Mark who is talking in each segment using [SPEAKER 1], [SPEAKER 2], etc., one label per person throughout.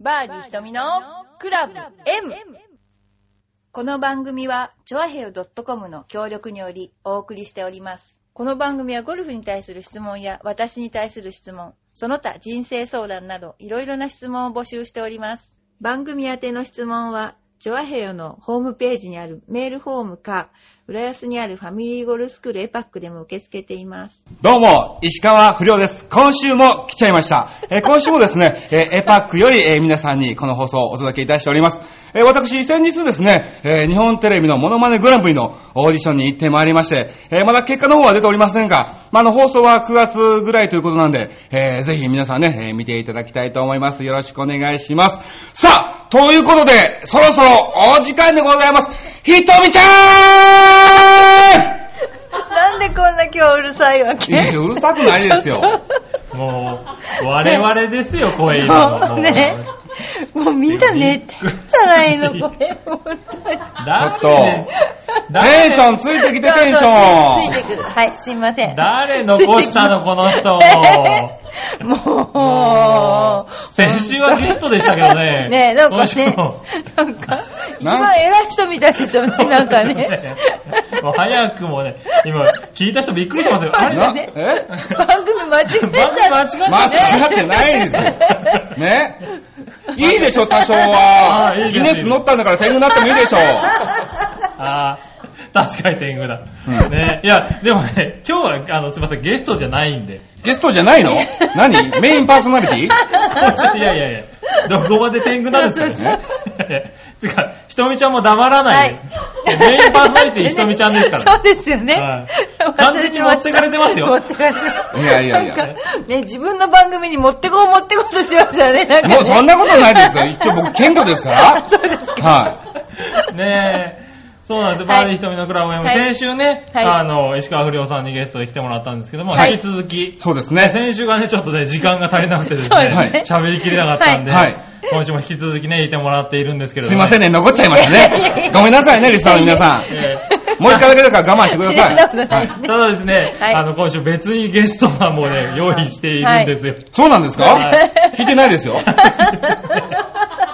[SPEAKER 1] バーディー瞳のクラブ M! この番組は、チョアヘヨ .com の協力によりお送りしております。この番組はゴルフに対する質問や私に対する質問、その他人生相談などいろいろな質問を募集しております。番組宛ての質問は、チョアヘヨのホームページにあるメールフォームか、浦安にあるファミリーゴルフスクールエパックでも受け付けています。
[SPEAKER 2] どうも、石川不良です。今週も来ちゃいました。えー今週もですね、えーエパックより、えー皆さんにこの放送をお届けいたしております。えー私、先日ですね、えー日本テレビのモノマネグランプリのオーディションに行ってまいりまして、えーまだ結果の方は出ておりませんが、まあ、あの、放送は9月ぐらいということなんで、えーぜひ皆さんね、えー見ていただきたいと思います。よろしくお願いします。さあ、ということで、そろそろお時間でございます。ひとみちゃん
[SPEAKER 1] なんでこんな今日うるさいわけ
[SPEAKER 2] いやいやうるさくないですよ
[SPEAKER 1] ちょっと
[SPEAKER 3] もう、我々ですよ、声入れるの。もう
[SPEAKER 1] ね。もうみんな寝てるじゃないの、これ。本当に。
[SPEAKER 2] ち
[SPEAKER 3] 誰
[SPEAKER 2] ょテンションついてきてテンシ
[SPEAKER 1] そうそうつい
[SPEAKER 2] ョン
[SPEAKER 1] てくる。はい、すいません。
[SPEAKER 3] 誰残したのこの人
[SPEAKER 1] も
[SPEAKER 3] も
[SPEAKER 1] う。
[SPEAKER 3] う先週はゲストでしたけどね
[SPEAKER 1] ねえ、なんか
[SPEAKER 3] 今週
[SPEAKER 1] ね
[SPEAKER 3] も、
[SPEAKER 1] なんか、一番偉い人みたいですよね、 なんかね。
[SPEAKER 3] もう早くもね、今、聞いた人びっくりしますよ。あれ
[SPEAKER 2] な
[SPEAKER 1] ね
[SPEAKER 2] え
[SPEAKER 1] 番組間違え
[SPEAKER 3] 番組
[SPEAKER 2] 間
[SPEAKER 3] 間
[SPEAKER 2] 違ってないですよ。ねいいでしょ、多少
[SPEAKER 3] あ
[SPEAKER 2] は。
[SPEAKER 3] いい
[SPEAKER 2] ギ
[SPEAKER 3] です
[SPEAKER 2] ネス乗ったんだから天狗なってもいいでしょ。
[SPEAKER 3] あー確かに天狗だ。
[SPEAKER 2] うん
[SPEAKER 3] ねいや、でもね、今日は、あの、すいません、ゲストじゃないんで。
[SPEAKER 2] ゲストじゃないの何メインパーソナリティ
[SPEAKER 3] 今週いやいやいや、どこまで天狗なんですかね。 つうか、ひとみちゃんも黙らないで。メインパーソナリティひとみちゃんですから。
[SPEAKER 1] そうですよね
[SPEAKER 3] はい。
[SPEAKER 1] 忘れてました
[SPEAKER 3] 完全に持ってかれてますよ
[SPEAKER 1] 持ってかれて
[SPEAKER 2] いやいやい
[SPEAKER 1] なん
[SPEAKER 2] や
[SPEAKER 1] かね、自分の番組に持ってこう持ってこうとしてましたよね、なんかね。
[SPEAKER 2] もうそんなことないですよ。一応 僕、謙虚ですから。
[SPEAKER 1] そう ですか。
[SPEAKER 2] は
[SPEAKER 3] ねえ。そうなんですよ。
[SPEAKER 1] はい
[SPEAKER 3] バーディーひとみのクラブ M、
[SPEAKER 1] はい
[SPEAKER 3] 先週ね、
[SPEAKER 1] はい
[SPEAKER 3] あの、石川不良さんにゲストで来てもらったんですけども、
[SPEAKER 2] はい
[SPEAKER 3] 引き続き
[SPEAKER 2] い。、そうですね。
[SPEAKER 3] 先週がね、ちょっとね、時間が足りなくてです
[SPEAKER 1] そうです
[SPEAKER 3] ね
[SPEAKER 2] ね、
[SPEAKER 3] 喋、りきれなかったんで、
[SPEAKER 2] はいはい
[SPEAKER 3] 今週も引き続きね、いてもらっているんですけれど
[SPEAKER 2] す
[SPEAKER 3] も、
[SPEAKER 2] いませんね、残っちゃいましたね。ごめんなさいね、リスナーの皆さん。
[SPEAKER 3] え
[SPEAKER 2] もう一回だけだから我慢してください。
[SPEAKER 1] そんなことない
[SPEAKER 2] はい
[SPEAKER 3] ーただですね、
[SPEAKER 1] はい
[SPEAKER 3] あの、今週別にゲストはもうね、用意しているんですよ。
[SPEAKER 2] そうなんです
[SPEAKER 3] は
[SPEAKER 2] か聞いてないですよ。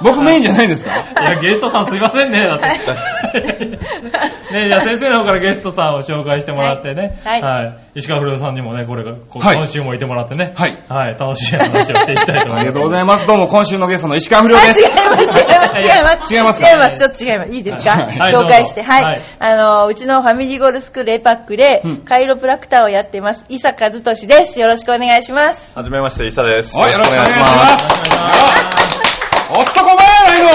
[SPEAKER 2] 僕メインじゃないんですか
[SPEAKER 3] いや、ゲストさんすいませんね、だって。ね、じゃあ先生の方からゲストさんを紹介してもらってね。
[SPEAKER 1] はいは
[SPEAKER 3] 石川不良さんにもね、これが、こ
[SPEAKER 2] はい
[SPEAKER 3] 今週もいてもらってね。
[SPEAKER 2] はい
[SPEAKER 3] はい、楽しい話をしていきたいと思います。
[SPEAKER 2] ありがとうございます。どうも今週のゲストの石川不
[SPEAKER 1] あ、違います、違います、違います、違います違います、違い
[SPEAKER 2] 良です。違いますか
[SPEAKER 1] ます、ちょっと違います。いいですか
[SPEAKER 2] はい
[SPEAKER 1] 紹介して、
[SPEAKER 3] どう
[SPEAKER 1] は
[SPEAKER 3] ぞはいい。
[SPEAKER 1] あの、うちのファミリーゴールスクールエパックで
[SPEAKER 2] うん、
[SPEAKER 1] カイロプラクターをやっています、伊佐和俊です。よろしくお願いします。
[SPEAKER 4] はじめまして、イサです。
[SPEAKER 2] はい、よろしくお願いします。おっとこまやないのね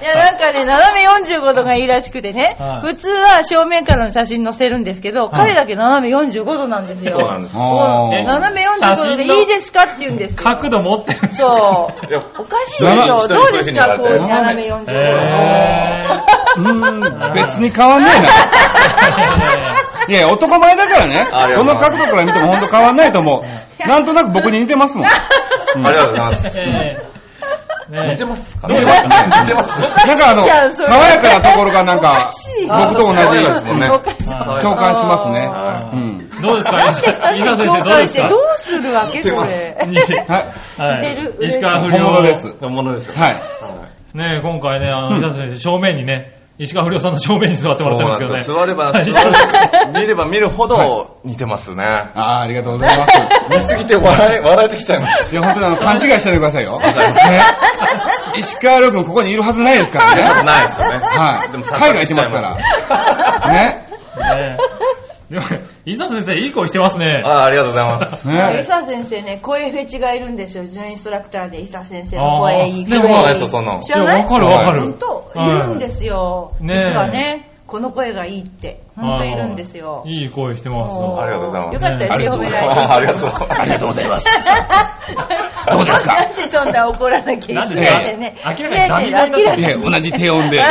[SPEAKER 1] いや、なんかね、斜め45度がいいらしくてね
[SPEAKER 3] は、い
[SPEAKER 1] 普通は正面からの写真載せるんですけど、彼だけ斜め45度なんですよ。
[SPEAKER 4] そうなんです。
[SPEAKER 2] え。
[SPEAKER 4] い
[SPEAKER 1] そう
[SPEAKER 3] え
[SPEAKER 2] あー
[SPEAKER 1] 斜め45度でいいですかって言うんですよ。
[SPEAKER 3] 角度持ってるんです
[SPEAKER 1] そう
[SPEAKER 3] よ。。
[SPEAKER 4] や、
[SPEAKER 1] おかしいでしょ
[SPEAKER 4] 斜め
[SPEAKER 1] どうですかこう、
[SPEAKER 4] そう
[SPEAKER 1] 斜め45
[SPEAKER 3] え
[SPEAKER 1] 度。
[SPEAKER 2] うーん、別に変わんないな。いや、男前だから
[SPEAKER 4] あり
[SPEAKER 2] ね。
[SPEAKER 4] が
[SPEAKER 2] ど
[SPEAKER 4] とうご
[SPEAKER 2] の
[SPEAKER 4] ざいます
[SPEAKER 2] 角度から見ても本当変わんないと思う。なんとなく僕に似てますもん。
[SPEAKER 4] ありがとうございます。
[SPEAKER 3] ー えーね
[SPEAKER 4] 似てますか
[SPEAKER 3] どう
[SPEAKER 4] ね
[SPEAKER 3] で
[SPEAKER 4] 似
[SPEAKER 3] す
[SPEAKER 4] て
[SPEAKER 3] か
[SPEAKER 4] ますね。
[SPEAKER 2] なんかあの、
[SPEAKER 1] いやそれ
[SPEAKER 2] 爽やかなところがなんか
[SPEAKER 1] おかしい、
[SPEAKER 2] 僕と同じですもんね。
[SPEAKER 1] おかしい。
[SPEAKER 3] はい
[SPEAKER 2] 共感しますね。
[SPEAKER 1] あ
[SPEAKER 2] うん。
[SPEAKER 3] どうですか
[SPEAKER 1] 確かに
[SPEAKER 3] 伊佐
[SPEAKER 1] 2人
[SPEAKER 3] 先
[SPEAKER 1] に交
[SPEAKER 3] 生どうで
[SPEAKER 1] 換し
[SPEAKER 3] す
[SPEAKER 1] て
[SPEAKER 3] か
[SPEAKER 1] どうするわけこ れ。
[SPEAKER 3] 西
[SPEAKER 2] はい。
[SPEAKER 3] は
[SPEAKER 1] 似てる
[SPEAKER 3] い石川不
[SPEAKER 2] 本
[SPEAKER 3] 良
[SPEAKER 2] 物です。
[SPEAKER 4] 本物ですよ。
[SPEAKER 2] はい。
[SPEAKER 4] は
[SPEAKER 3] ねえ、今回ね、あ
[SPEAKER 2] う
[SPEAKER 3] の、
[SPEAKER 2] ん
[SPEAKER 3] 伊沢先生、正面にね、石川不良さんの正面に座って
[SPEAKER 4] い。
[SPEAKER 3] もらってますけどね。
[SPEAKER 4] そ うなん
[SPEAKER 3] 最
[SPEAKER 4] です
[SPEAKER 3] 初
[SPEAKER 4] よ座れば、座れば、見れば見るほど似てますね。
[SPEAKER 2] ああ、ありがとうございます。
[SPEAKER 4] 見すぎて笑い、笑えてきちゃいます。
[SPEAKER 2] いや、本当にあの、勘違いしないでください よ。ね石川遼君ここにいるはずないですか
[SPEAKER 4] 見た
[SPEAKER 2] ら
[SPEAKER 4] こと
[SPEAKER 2] ね。
[SPEAKER 4] ないですよね。
[SPEAKER 2] はい。
[SPEAKER 4] で
[SPEAKER 2] 海
[SPEAKER 4] も
[SPEAKER 2] 外行ってますから。ね。
[SPEAKER 3] ねえでも、伊沢先生、いい声してますね。
[SPEAKER 4] ああ、ありがとうございます。
[SPEAKER 1] 伊
[SPEAKER 2] ね。
[SPEAKER 1] 佐先生ね、声フェチがいるんですよ。準インストラクターで伊佐先生の声いい。
[SPEAKER 3] あーでも
[SPEAKER 1] 声
[SPEAKER 3] わか
[SPEAKER 4] るでしょそんなの
[SPEAKER 1] 知らない
[SPEAKER 3] いやわか
[SPEAKER 2] るわか
[SPEAKER 3] る
[SPEAKER 1] 本当、い
[SPEAKER 3] はい
[SPEAKER 1] るんですよ。
[SPEAKER 3] ねえ
[SPEAKER 1] 実はね、この声がいいって。本当いるんですよ。
[SPEAKER 3] いい声してます。
[SPEAKER 1] も
[SPEAKER 4] ありがとうございます
[SPEAKER 1] よかったですね、褒められて。
[SPEAKER 4] ありがとうございます。ありがとうございます。
[SPEAKER 2] どうですか
[SPEAKER 1] なんでそんな怒らなきゃいけないんだよね。
[SPEAKER 3] なんで明らかにダミ
[SPEAKER 1] ねえ明
[SPEAKER 3] 声だった
[SPEAKER 1] らか
[SPEAKER 2] い
[SPEAKER 1] に
[SPEAKER 2] や、同じ低音で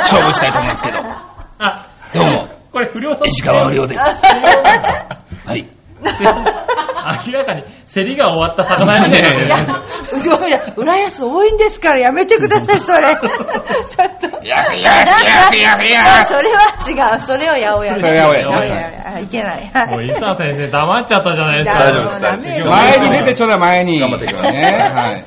[SPEAKER 2] 勝負したいと思います けど。
[SPEAKER 3] あ、
[SPEAKER 2] どうも、
[SPEAKER 3] これ不良さん。
[SPEAKER 2] 石川遼 です。はい。
[SPEAKER 3] 明らかに、競りが終わった魚屋みたいになってる
[SPEAKER 1] いや
[SPEAKER 3] ね。、
[SPEAKER 5] ごめんなさい。浦安多いんですからやめてください、 それ。ちょっと。
[SPEAKER 4] いやいやいやいやい
[SPEAKER 5] あ
[SPEAKER 4] や
[SPEAKER 5] それは違う。それをやおや
[SPEAKER 2] それは八百
[SPEAKER 5] や
[SPEAKER 2] 屋
[SPEAKER 5] おや。あいけない。は
[SPEAKER 3] もう、伊沢先生黙っちゃったじゃないですか。
[SPEAKER 4] 大丈夫です大丈夫です
[SPEAKER 2] 前に出てちょうだい、前に。
[SPEAKER 4] 頑張っていきます
[SPEAKER 2] ね。はい。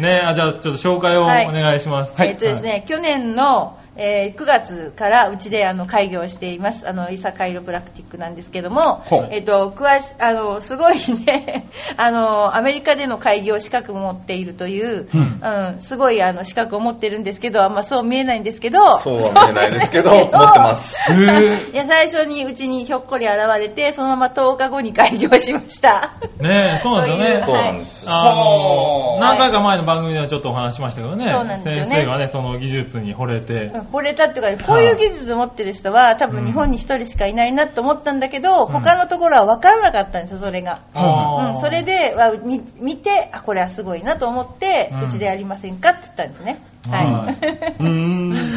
[SPEAKER 3] ねあ、じゃあちょっと紹介をお
[SPEAKER 1] はい
[SPEAKER 3] 願いします。
[SPEAKER 1] えっとですね、去年の、えー9月からうちであの開業しています、あのイサカイロプラクティックなんですけども
[SPEAKER 2] ほう、
[SPEAKER 1] えっと詳しあのすごいね あの、アメリカでの開業資格も持っているという、
[SPEAKER 2] う
[SPEAKER 1] うんんすごいあの資格を持ってるんですけど、あんまそう見えないんですけど、
[SPEAKER 4] そうは見えないですけど、持ってます。
[SPEAKER 2] へー
[SPEAKER 1] いや最初にうちにひょっこり現れて、そのまま10日後に開業しました。
[SPEAKER 3] ねそうなんですよね。
[SPEAKER 4] そうなんです。
[SPEAKER 3] あ
[SPEAKER 2] ほう
[SPEAKER 3] の、何回か前の番組ではちょっとお話ししましたけどね。
[SPEAKER 1] そうなんですよね
[SPEAKER 3] 先生がね、その技術に惚れて。
[SPEAKER 1] 惚れたっていうか、こういう技術を持ってる人は、多分日本に一人しかいないなと思ったんだけど、
[SPEAKER 3] うん
[SPEAKER 1] 他のところは分からなかったんですよ、それが。
[SPEAKER 3] あ
[SPEAKER 1] う
[SPEAKER 3] ー
[SPEAKER 1] ん、それ、ではみ見てあこれはすごいなと思って、
[SPEAKER 3] う
[SPEAKER 1] うんちでやりませんかって言ったんですね、は、
[SPEAKER 3] はいい。
[SPEAKER 2] うーん。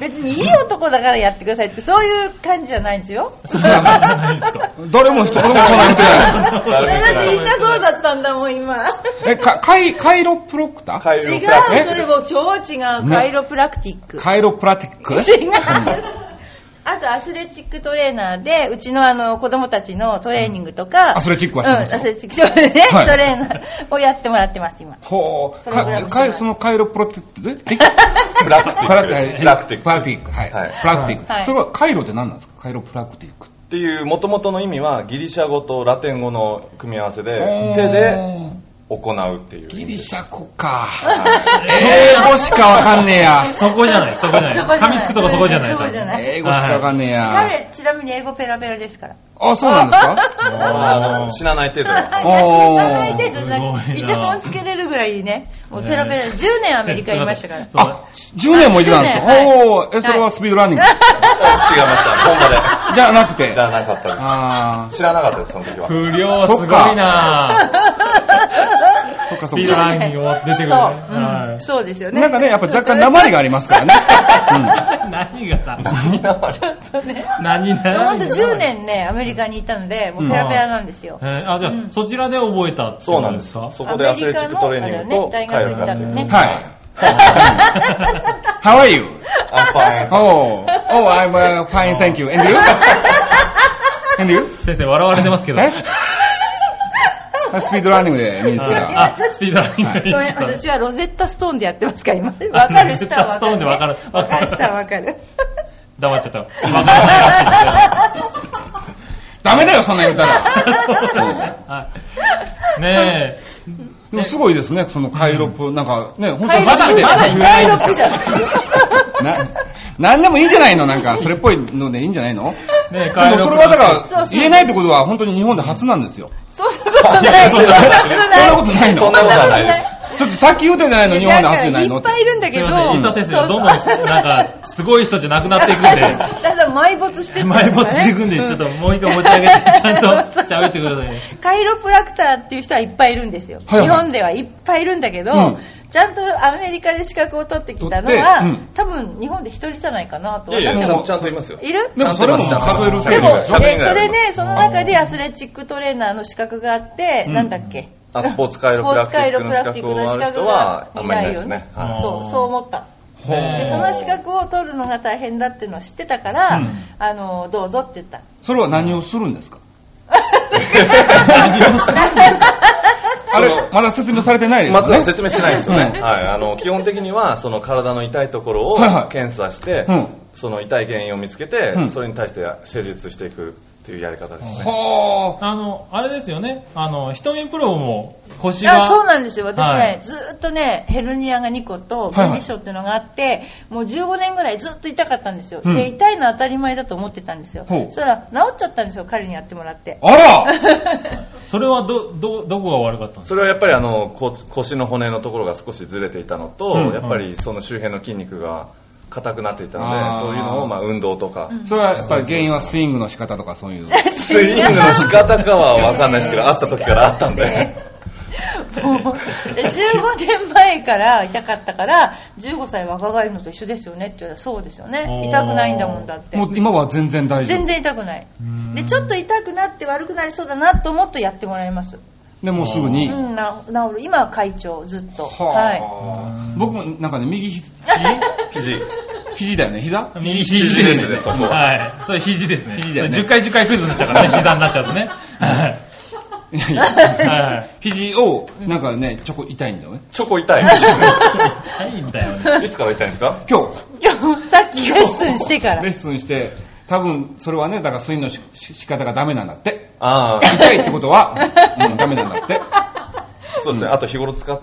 [SPEAKER 1] 別にいい男だからやってくださいってそういう感じじゃないんです よ
[SPEAKER 3] そうなんですか。
[SPEAKER 2] 誰も一人も来ないみたい
[SPEAKER 1] だって言いたそうだったんだもん今
[SPEAKER 2] え、か、カイ、カイロプロクター
[SPEAKER 4] カイ
[SPEAKER 1] 違
[SPEAKER 4] ロ
[SPEAKER 1] う
[SPEAKER 4] プラクティッ
[SPEAKER 1] それも超違う
[SPEAKER 2] ね
[SPEAKER 1] カイロプラクティック、
[SPEAKER 2] カイロプラティッ ク
[SPEAKER 1] 違うあとアスレチックトレーナーでうちのあの子供たちのトレーニングとか、
[SPEAKER 2] うんアスレチックは
[SPEAKER 1] う
[SPEAKER 2] そ
[SPEAKER 1] ん
[SPEAKER 2] うですよ
[SPEAKER 1] アスレチックトレーナー
[SPEAKER 2] はい
[SPEAKER 1] トレーナーをやってもらってます今
[SPEAKER 2] ほう。
[SPEAKER 1] プログラ
[SPEAKER 2] か
[SPEAKER 1] ムしてな
[SPEAKER 2] か
[SPEAKER 1] い
[SPEAKER 2] そのカイロプロティック、ええ
[SPEAKER 4] ク。プラクティ
[SPEAKER 2] プラ
[SPEAKER 4] ックです。
[SPEAKER 2] ク
[SPEAKER 4] プラクティッ
[SPEAKER 2] プ
[SPEAKER 4] ク。
[SPEAKER 2] ラ
[SPEAKER 4] っ
[SPEAKER 2] ティック。はい。プ
[SPEAKER 4] は
[SPEAKER 2] ラ
[SPEAKER 4] い
[SPEAKER 2] ティック。
[SPEAKER 1] はい
[SPEAKER 2] それはカイロって何なんですかカイロプラクティック。
[SPEAKER 4] ていう、元々の意味は、ギリシャ語とラテン語の組み合わせで、手で
[SPEAKER 2] おー
[SPEAKER 4] 行うっていう意味です。
[SPEAKER 2] ギリシャ語
[SPEAKER 4] は
[SPEAKER 2] か。
[SPEAKER 4] い
[SPEAKER 2] 英語しかわかんねえや。
[SPEAKER 3] そこじゃない、そこじゃない。噛みつくとこそこじゃない。
[SPEAKER 1] そこじゃない
[SPEAKER 2] 英語しかわかんねえや。
[SPEAKER 1] 彼ちなみに英語ペラペラですから
[SPEAKER 2] あ、そうなんですか
[SPEAKER 4] あの知らない程度
[SPEAKER 1] あ
[SPEAKER 4] の。
[SPEAKER 1] 知らないですす
[SPEAKER 3] ごいな
[SPEAKER 1] イチャコンつけれるぐらいね、もうペラペラ、
[SPEAKER 3] ね
[SPEAKER 1] 10年アメリカいましたから。
[SPEAKER 3] そう
[SPEAKER 2] あ、10年もいてたんです
[SPEAKER 1] 10年
[SPEAKER 2] かおー、え、それはスピードランニング
[SPEAKER 4] 違いました。本場で。
[SPEAKER 2] じゃなく て
[SPEAKER 4] 知。らなかったで
[SPEAKER 2] あ
[SPEAKER 4] す。知らなかったです、その時は。
[SPEAKER 3] 不良すごいな
[SPEAKER 2] ー、そっか
[SPEAKER 3] ス
[SPEAKER 2] そっ
[SPEAKER 3] ピード
[SPEAKER 2] か。
[SPEAKER 3] ランニングも出てくるね。
[SPEAKER 1] そう、
[SPEAKER 3] は
[SPEAKER 1] う
[SPEAKER 3] い
[SPEAKER 1] ん、そうですよね。
[SPEAKER 2] なんかね、やっぱ若干鉛がありますからね。
[SPEAKER 3] 何がさ、
[SPEAKER 4] みんなは
[SPEAKER 3] 何
[SPEAKER 1] ほ
[SPEAKER 3] 何
[SPEAKER 1] んと10。年ね、アメリカにいたので、もうペラペラなんですよ。
[SPEAKER 3] えーあ、じゃあ、
[SPEAKER 1] うん
[SPEAKER 3] そちらで覚えたって
[SPEAKER 4] そうなん
[SPEAKER 3] こと
[SPEAKER 4] です。
[SPEAKER 3] か
[SPEAKER 4] そこでアスレチックトレーニングと
[SPEAKER 1] アメリカのあれだよね大学行ったのね
[SPEAKER 2] う
[SPEAKER 4] 帰
[SPEAKER 2] ん。
[SPEAKER 4] る
[SPEAKER 2] は
[SPEAKER 4] から
[SPEAKER 2] い。How are you?
[SPEAKER 4] アンパ
[SPEAKER 2] Oh, oh, I'm uh, fine, thank you. And you? And you?
[SPEAKER 3] 先生、笑われてますけど。
[SPEAKER 2] えスピードランニングで見につけた。
[SPEAKER 3] あ、あスピードランニング
[SPEAKER 1] ごめん
[SPEAKER 3] で
[SPEAKER 1] 私はロゼッタストーンでやってますから、今。わかる人はわかる、ね。
[SPEAKER 3] ロゼッタストーンでわ
[SPEAKER 1] わ
[SPEAKER 3] か
[SPEAKER 1] かる
[SPEAKER 3] る
[SPEAKER 1] 人はわかる。
[SPEAKER 3] 黙っちゃった。わかんないらしいですよ
[SPEAKER 2] ダメだよ、そんな言ったら。
[SPEAKER 3] はいねえ。
[SPEAKER 2] でもすごいですね、そのカイロプ、なんかね、本当
[SPEAKER 1] カイ
[SPEAKER 2] に
[SPEAKER 1] ロ
[SPEAKER 2] ま
[SPEAKER 1] プ
[SPEAKER 2] だで。
[SPEAKER 1] まだ
[SPEAKER 3] 言え
[SPEAKER 1] カ
[SPEAKER 3] ない
[SPEAKER 1] イ
[SPEAKER 3] ん
[SPEAKER 1] ロ
[SPEAKER 3] ですよ
[SPEAKER 1] プじゃない。
[SPEAKER 2] な、なんでもいいんじゃないのなんか、それっぽいのでいいんじゃないの
[SPEAKER 3] ねえ、
[SPEAKER 2] でもそれはだ
[SPEAKER 1] そ
[SPEAKER 2] か
[SPEAKER 1] う
[SPEAKER 2] ら、
[SPEAKER 1] そう
[SPEAKER 2] 言えないってことは本当に日本で初なんですよ。
[SPEAKER 1] そんなことない。
[SPEAKER 3] そんなことない
[SPEAKER 2] そんなことない
[SPEAKER 4] イ。
[SPEAKER 2] の
[SPEAKER 4] そんなことはないです。
[SPEAKER 2] ちょっとさっき言うてないの、日本で初じゃないの
[SPEAKER 1] い
[SPEAKER 2] っ
[SPEAKER 1] ってぱいいるんだ
[SPEAKER 3] す
[SPEAKER 1] け
[SPEAKER 3] い
[SPEAKER 1] ど。
[SPEAKER 3] ません、伊佐先生がどんどん、なんか、すごい人じゃなくなっていくん
[SPEAKER 1] だから埋没して
[SPEAKER 3] で、
[SPEAKER 1] く
[SPEAKER 3] 埋没していくんで、ちょっともう一回持ち上げて、ちゃんと喋ってくださいね。
[SPEAKER 1] カイロプラクターっていう人はいっぱいいるんですよ、
[SPEAKER 2] はいはい
[SPEAKER 1] 日本ではいっぱいいるんだけど、
[SPEAKER 2] うん
[SPEAKER 1] ちゃんとアメリカで資格を取ってきたの
[SPEAKER 2] 取っ
[SPEAKER 1] は、
[SPEAKER 2] てうん
[SPEAKER 1] 多分日本で一人じゃないかなと
[SPEAKER 4] ー。いやい
[SPEAKER 1] 私
[SPEAKER 4] や、
[SPEAKER 1] は
[SPEAKER 4] ちゃんといますよ。
[SPEAKER 1] いる
[SPEAKER 2] でもそれも
[SPEAKER 4] ちゃんと
[SPEAKER 2] 数える
[SPEAKER 1] で
[SPEAKER 2] 程
[SPEAKER 1] も、
[SPEAKER 2] 度
[SPEAKER 1] え
[SPEAKER 2] でし
[SPEAKER 1] そ
[SPEAKER 2] ょ
[SPEAKER 4] 100人ぐら
[SPEAKER 1] れ
[SPEAKER 4] い
[SPEAKER 1] で、その中でアスレチックトレーナーの資格があって、
[SPEAKER 2] うん
[SPEAKER 1] なんだっけ、
[SPEAKER 4] あスポーツカイロプラクティックの資格をある人は、あんまりいないですね。
[SPEAKER 3] あー
[SPEAKER 1] そう、そう思った。
[SPEAKER 2] ほう
[SPEAKER 1] で、その資格を取るのが大変だっていうのを知ってたから、
[SPEAKER 2] うん
[SPEAKER 1] あの、どうぞって言った。
[SPEAKER 2] それは何をするんですかあ
[SPEAKER 4] あ
[SPEAKER 2] れ、
[SPEAKER 4] れ
[SPEAKER 2] まだ説明されてないです
[SPEAKER 4] まずは
[SPEAKER 2] ね。
[SPEAKER 4] 説明してないですよね。
[SPEAKER 2] うん
[SPEAKER 4] はい。あの、基本的には、その体の痛いところを
[SPEAKER 2] はいはい
[SPEAKER 4] 検査して
[SPEAKER 2] うん、
[SPEAKER 4] その痛い原因を見つけて
[SPEAKER 2] う、ん
[SPEAKER 4] それに対して施術していくっていうやり方ですね。
[SPEAKER 2] ほー。
[SPEAKER 3] あの、あれですよね、あの、瞳プロも腰が、
[SPEAKER 1] あそうなんですよ私ね、
[SPEAKER 3] はい
[SPEAKER 1] ずーっとねヘルニアが2個と
[SPEAKER 2] はい
[SPEAKER 1] コンディションっていうのがあって、もう15年ぐらいずっと痛かったんですよ、
[SPEAKER 2] うん
[SPEAKER 1] で痛いのは当たり前だと思ってたんですよ
[SPEAKER 2] ほう
[SPEAKER 1] そしたら治っちゃったんですよ彼にやってもらって
[SPEAKER 2] あら
[SPEAKER 3] それはど、ど、どこが悪かったんです
[SPEAKER 4] それはやっぱりあの、こ腰の骨のところが少しずれていたのと、
[SPEAKER 2] うん
[SPEAKER 4] やっぱりその周辺の筋肉が硬くなっていた
[SPEAKER 2] あ
[SPEAKER 4] の
[SPEAKER 2] ー
[SPEAKER 4] で、そういうのを、まあ、運動とか、
[SPEAKER 2] それはやっぱり原因はスイングの仕方とかそういう。あ
[SPEAKER 4] スイングの仕方かはわかんないですけど、会った時からあったんで。
[SPEAKER 1] もうで15年前から痛かったから15歳若返るのと一緒ですよねって言ったらそうですよね
[SPEAKER 3] おー
[SPEAKER 1] 痛くないんだもんだって
[SPEAKER 2] もう今は全然大丈夫。
[SPEAKER 1] 全然痛くない
[SPEAKER 3] か
[SPEAKER 1] でちょっと痛くなって悪くなりそうだなと思ってやってもらいます
[SPEAKER 2] で、もうすぐに。
[SPEAKER 6] うん、な治る。今は会長、ずっと。はい。
[SPEAKER 2] はあ。僕もなんかね、右 ひ
[SPEAKER 4] 肘。
[SPEAKER 2] 肘だよね、膝
[SPEAKER 3] 右肘ですね。
[SPEAKER 4] 肘ですね
[SPEAKER 3] はい。それ肘ですね。
[SPEAKER 2] 肘だよね
[SPEAKER 3] 10回10回クイズになっちゃうからね、膝になっちゃうとね。
[SPEAKER 2] いやいや
[SPEAKER 3] はいはい。
[SPEAKER 2] 肘を、なんかね、ちょこ痛いんだよね。
[SPEAKER 4] チョコ痛い。
[SPEAKER 3] はい、みたいなね。
[SPEAKER 4] いつから痛いんですか
[SPEAKER 2] 今日、
[SPEAKER 1] 今日、さっきレッスンしてから。
[SPEAKER 2] レッスンして、多分、それはね、だからスイングのしし仕方がダメなんだって。
[SPEAKER 4] ああ、
[SPEAKER 2] 痛いってことは、うん、ダメなんだって。
[SPEAKER 4] そうですね。あと日頃使っ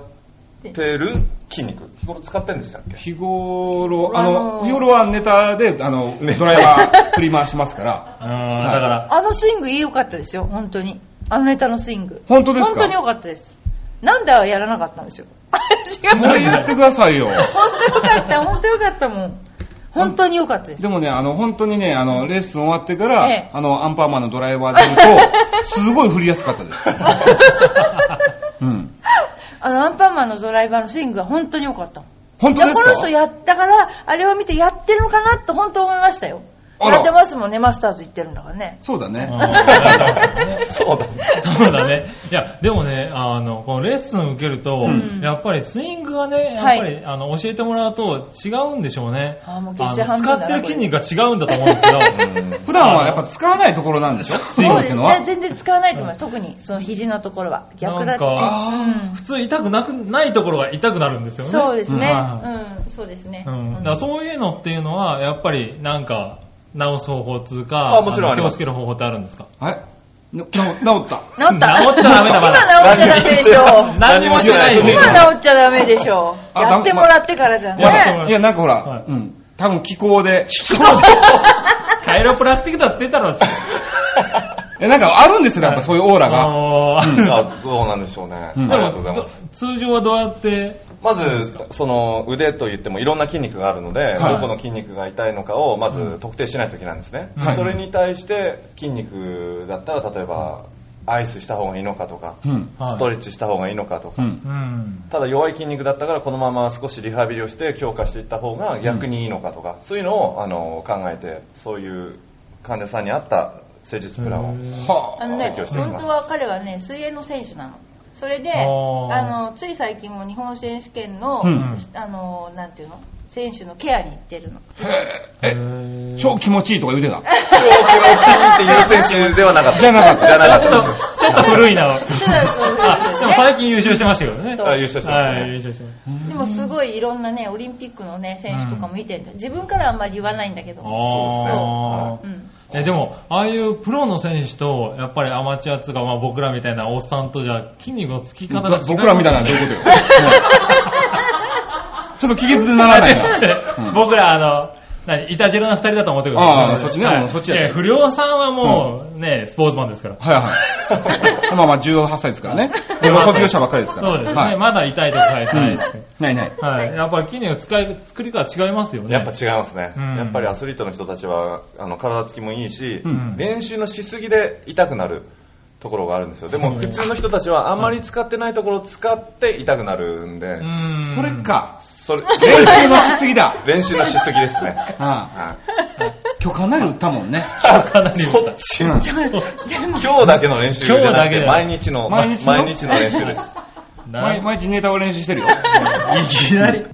[SPEAKER 4] てる筋肉。日頃使ってんでしたっけ
[SPEAKER 2] 日頃、あ
[SPEAKER 6] あの
[SPEAKER 2] の、日頃はネタで、あの、ドライバー振り回しますから。
[SPEAKER 3] うーん、だから、
[SPEAKER 1] あのスイング良かったですよ、本当に。あのネタのスイング。
[SPEAKER 2] 本当ですか
[SPEAKER 1] 本当に良かったです。なんでやらなかったんですよ。違う。
[SPEAKER 2] もうやってくださいよ。
[SPEAKER 1] 本当良かった、本当良かったもん。本当に良かったです。
[SPEAKER 2] でもね、あの、本当にね、あの、レッスン終わってから、
[SPEAKER 1] ええ
[SPEAKER 2] あの、アンパンマンのドライバーで 言うと、すごい振りやすかったです。うん。
[SPEAKER 1] あの、アンパンマンのドライバーのスイングは本当に良かった。
[SPEAKER 2] 本当で
[SPEAKER 1] いや
[SPEAKER 2] すか
[SPEAKER 1] この人やったから、あれを見てやってるのかなって本当思いましたよ。
[SPEAKER 2] あら
[SPEAKER 1] やってますもんね、マスターズ行ってるんだからね。
[SPEAKER 2] そうだね。
[SPEAKER 3] うん
[SPEAKER 4] そうだ。
[SPEAKER 3] そうだね。いや、でもね、あの、このレッスン受けると、
[SPEAKER 1] ん
[SPEAKER 3] やっぱりスイングがね、やっぱ
[SPEAKER 1] はい
[SPEAKER 3] り、あの、教えてもらうと違うんでしょうね。
[SPEAKER 1] あーもう
[SPEAKER 3] の
[SPEAKER 1] 下手半分
[SPEAKER 3] 使
[SPEAKER 1] だな
[SPEAKER 3] ってる筋肉が違うんだと思うんですけど、
[SPEAKER 2] 普段はやっぱ使わないところなんでしょスイン
[SPEAKER 1] そ
[SPEAKER 2] グ
[SPEAKER 1] うで
[SPEAKER 2] って
[SPEAKER 1] す
[SPEAKER 2] のは
[SPEAKER 1] ね。。全然使わないと思います。特にその肘のところは。逆だって。
[SPEAKER 3] なんか
[SPEAKER 1] うん
[SPEAKER 3] 普通痛くなく、ないところが痛くなるんですよね。
[SPEAKER 1] そうですね。
[SPEAKER 3] う
[SPEAKER 1] うん、そうですね。
[SPEAKER 3] うん、だからそういうのっていうのは、やっぱりなんか、治す方法つうか、
[SPEAKER 4] あもちろん
[SPEAKER 3] あの気
[SPEAKER 4] あり
[SPEAKER 3] を
[SPEAKER 4] ます
[SPEAKER 3] つける方法ってあるんですか
[SPEAKER 2] はい。な治った。
[SPEAKER 1] 治った。
[SPEAKER 3] 治っちゃダメだま
[SPEAKER 1] 今
[SPEAKER 3] だ
[SPEAKER 1] 治っちゃダメでしょ。
[SPEAKER 3] 何もしてないんで
[SPEAKER 4] 何もして
[SPEAKER 1] 今治っちゃダメでしょ。
[SPEAKER 2] あ
[SPEAKER 1] やってもらってからじゃ
[SPEAKER 3] まだ
[SPEAKER 1] ね。
[SPEAKER 2] いや、なんかほら、
[SPEAKER 3] はい
[SPEAKER 2] うん。多分気候で。
[SPEAKER 3] カイロプラスティックだって言ったろって。
[SPEAKER 2] え、なんかあるんですよ、やっぱそういうオーラが。
[SPEAKER 3] あー
[SPEAKER 4] あどうなんでしょうね。あ
[SPEAKER 2] う
[SPEAKER 4] り
[SPEAKER 2] ん
[SPEAKER 3] で
[SPEAKER 4] がとうございま
[SPEAKER 3] も
[SPEAKER 4] す。
[SPEAKER 3] 通常はどうやって、
[SPEAKER 4] まず、その腕といってもいろんな筋肉があるので、
[SPEAKER 3] はい
[SPEAKER 4] どこの筋肉が痛いのかをまず特定しないといけないんですね。
[SPEAKER 3] はい
[SPEAKER 4] それに対して筋肉だったら、例えばアイスした方がいいのかとか、
[SPEAKER 2] うん。
[SPEAKER 3] はい
[SPEAKER 4] ストレッチした方がいいのかと
[SPEAKER 2] う
[SPEAKER 4] か、
[SPEAKER 2] ん。
[SPEAKER 3] うん。
[SPEAKER 4] ただ弱い筋肉だったからこのまま少しリハビリをして強化していった方が逆にいいのかとか、そういうのをあの考えて、そういう患者さんに合った施術プランを。
[SPEAKER 2] は
[SPEAKER 1] あのね
[SPEAKER 4] 勉、強していき
[SPEAKER 1] 本
[SPEAKER 4] ます
[SPEAKER 1] 当は彼はね、水泳の選手なの。それで、
[SPEAKER 3] あ
[SPEAKER 1] あ
[SPEAKER 3] ー
[SPEAKER 1] の、つい最近も日本選手権の、
[SPEAKER 2] うん
[SPEAKER 1] あの、なんていうの選手のケアに行って るの。
[SPEAKER 2] え
[SPEAKER 3] え
[SPEAKER 2] あ。超気持ちいいとか言うてた。
[SPEAKER 4] 超気持ちいいっていう選手ではなかった。
[SPEAKER 2] じゃなかった
[SPEAKER 4] じゃなか
[SPEAKER 3] ちょっ
[SPEAKER 4] ったです。
[SPEAKER 3] と、ちょっと古いな。
[SPEAKER 1] ちょっとそう
[SPEAKER 3] あ、でも最近優勝してましたけどね。
[SPEAKER 4] あ優勝してましたね
[SPEAKER 3] はい、優勝してまし
[SPEAKER 1] でもすごいいろんなね、オリンピックのね、選手とかも見てるんだよ自分からはあんまり言わないんだけど。
[SPEAKER 3] た。あ
[SPEAKER 4] そ
[SPEAKER 1] そう。うん。
[SPEAKER 3] ーえでも、ああいうプロの選手と、やっぱりアマチュアっつうか、まあ僕らみたいなおっさんとじゃ、筋肉のつき方が違う。
[SPEAKER 2] 僕らみたいなのはどういうことよ。ちょっと気絶でならないな。うん
[SPEAKER 3] 僕ら、あの、何、いたじらな二人だと思ってください。
[SPEAKER 2] ああそっちね
[SPEAKER 3] はい
[SPEAKER 2] そっちや
[SPEAKER 3] いや不良さんはもう、ね、スポーツマンですから。
[SPEAKER 2] はいはい。まあまあ18歳ですからね。でも卒業者ばっかりですから。
[SPEAKER 3] そうですね。
[SPEAKER 2] はい。
[SPEAKER 3] まだ痛いとこ痛い
[SPEAKER 2] うん
[SPEAKER 3] ですけど
[SPEAKER 2] ないない。
[SPEAKER 3] はい。やっぱり筋肉の使い、作り方違いますよね。
[SPEAKER 4] やっぱ違いますね。
[SPEAKER 3] うん
[SPEAKER 4] やっぱりアスリートの人たちは、あの、体つきもいいし、
[SPEAKER 3] うん
[SPEAKER 4] 練習のしすぎで痛くなるところがあるんですよ。でも、普通の人たちはあんまり使ってないところを使って痛くなるんで、
[SPEAKER 3] うん。
[SPEAKER 2] それか。
[SPEAKER 4] それ、
[SPEAKER 2] 練習のしすぎだ。
[SPEAKER 4] 練習のしすぎですね。
[SPEAKER 2] ああ
[SPEAKER 4] は
[SPEAKER 2] 今日かなり打ったもんね。
[SPEAKER 3] かなり
[SPEAKER 4] い、
[SPEAKER 3] 良かっ
[SPEAKER 4] そ
[SPEAKER 3] た
[SPEAKER 4] っち
[SPEAKER 2] うん
[SPEAKER 4] 今日だけの練習じゃな
[SPEAKER 3] 今日だ
[SPEAKER 4] くて、
[SPEAKER 3] け
[SPEAKER 4] 毎日の、
[SPEAKER 2] 毎
[SPEAKER 4] 毎
[SPEAKER 2] 日の
[SPEAKER 4] 日の練習です。
[SPEAKER 2] 毎毎日ネタを練習してるよ。
[SPEAKER 3] いきなり。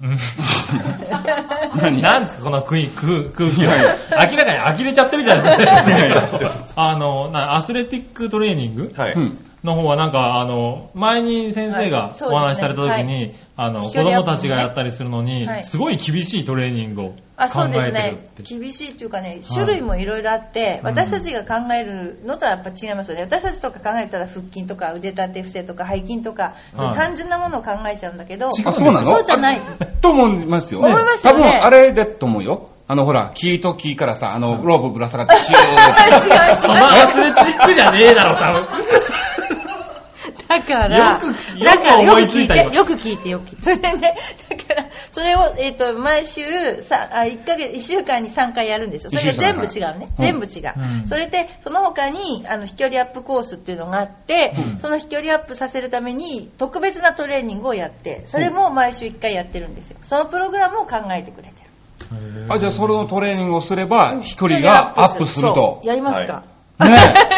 [SPEAKER 2] 何
[SPEAKER 3] なんですか、この 空空空気
[SPEAKER 2] いやいや
[SPEAKER 3] は。明らかに呆れちゃってる じゃないです
[SPEAKER 2] いやい
[SPEAKER 3] か。 あの、なアスレティックトレーニング
[SPEAKER 4] はい。
[SPEAKER 2] うん。
[SPEAKER 3] の方はなんか、あの、前に先生
[SPEAKER 1] は
[SPEAKER 3] が
[SPEAKER 1] いそうです
[SPEAKER 3] お
[SPEAKER 1] ね
[SPEAKER 3] 話しされた時に、あの、
[SPEAKER 1] 飛
[SPEAKER 3] 子
[SPEAKER 1] 距離アップね
[SPEAKER 3] 供たちがやったりするのに、
[SPEAKER 1] はい
[SPEAKER 3] すごい厳しいトレーニングを考
[SPEAKER 1] あそうで
[SPEAKER 3] え
[SPEAKER 1] す
[SPEAKER 3] てる
[SPEAKER 1] ね
[SPEAKER 3] って。
[SPEAKER 1] 厳しいというかね、種類もいろいろあって、
[SPEAKER 3] はい
[SPEAKER 1] 私たちが考えるのとはやっぱ違いますよね。私たちとか考えたら腹筋とか腕立て伏せとか背筋とか、
[SPEAKER 3] はい
[SPEAKER 1] 単純なものを考えちゃうんだけど、
[SPEAKER 2] あ、そうなの
[SPEAKER 1] そうじゃ ない。
[SPEAKER 2] あと思いますよ。
[SPEAKER 1] 思いますよね
[SPEAKER 2] 多分あれだと思うよ。あのほら、木と木からさ、あの、ロープぶら下がって、シュー
[SPEAKER 1] 違う違う
[SPEAKER 3] そのアスレチックじゃねえだろ、多分。
[SPEAKER 1] だから、
[SPEAKER 3] よく
[SPEAKER 1] だから
[SPEAKER 3] よく
[SPEAKER 1] よ
[SPEAKER 3] 思い
[SPEAKER 1] く
[SPEAKER 3] つ
[SPEAKER 1] 聞
[SPEAKER 3] い
[SPEAKER 1] い
[SPEAKER 3] た
[SPEAKER 1] て
[SPEAKER 3] よ、
[SPEAKER 1] よく聞いて、よく聞いて。それでね、だから、それを、えっ、と、毎週、さ、あ、1ヶ月、1週間に3回やるんですよ。それが
[SPEAKER 2] 一週間
[SPEAKER 1] 全部違うね。
[SPEAKER 2] はい
[SPEAKER 1] 全部違う。
[SPEAKER 3] うん
[SPEAKER 1] それで、その他に、あの、飛距離アップコースっていうのがあって、
[SPEAKER 3] うん
[SPEAKER 1] その飛距離アップさせるために、特別なトレーニングをやって、それも毎週1回やってるんですよ。そのプログラムを考えてくれてる。
[SPEAKER 2] あ、じゃあそれのトレーニングをすれば、飛距離がアップする
[SPEAKER 1] そ
[SPEAKER 2] と
[SPEAKER 1] う。やりますか、
[SPEAKER 4] は
[SPEAKER 2] ね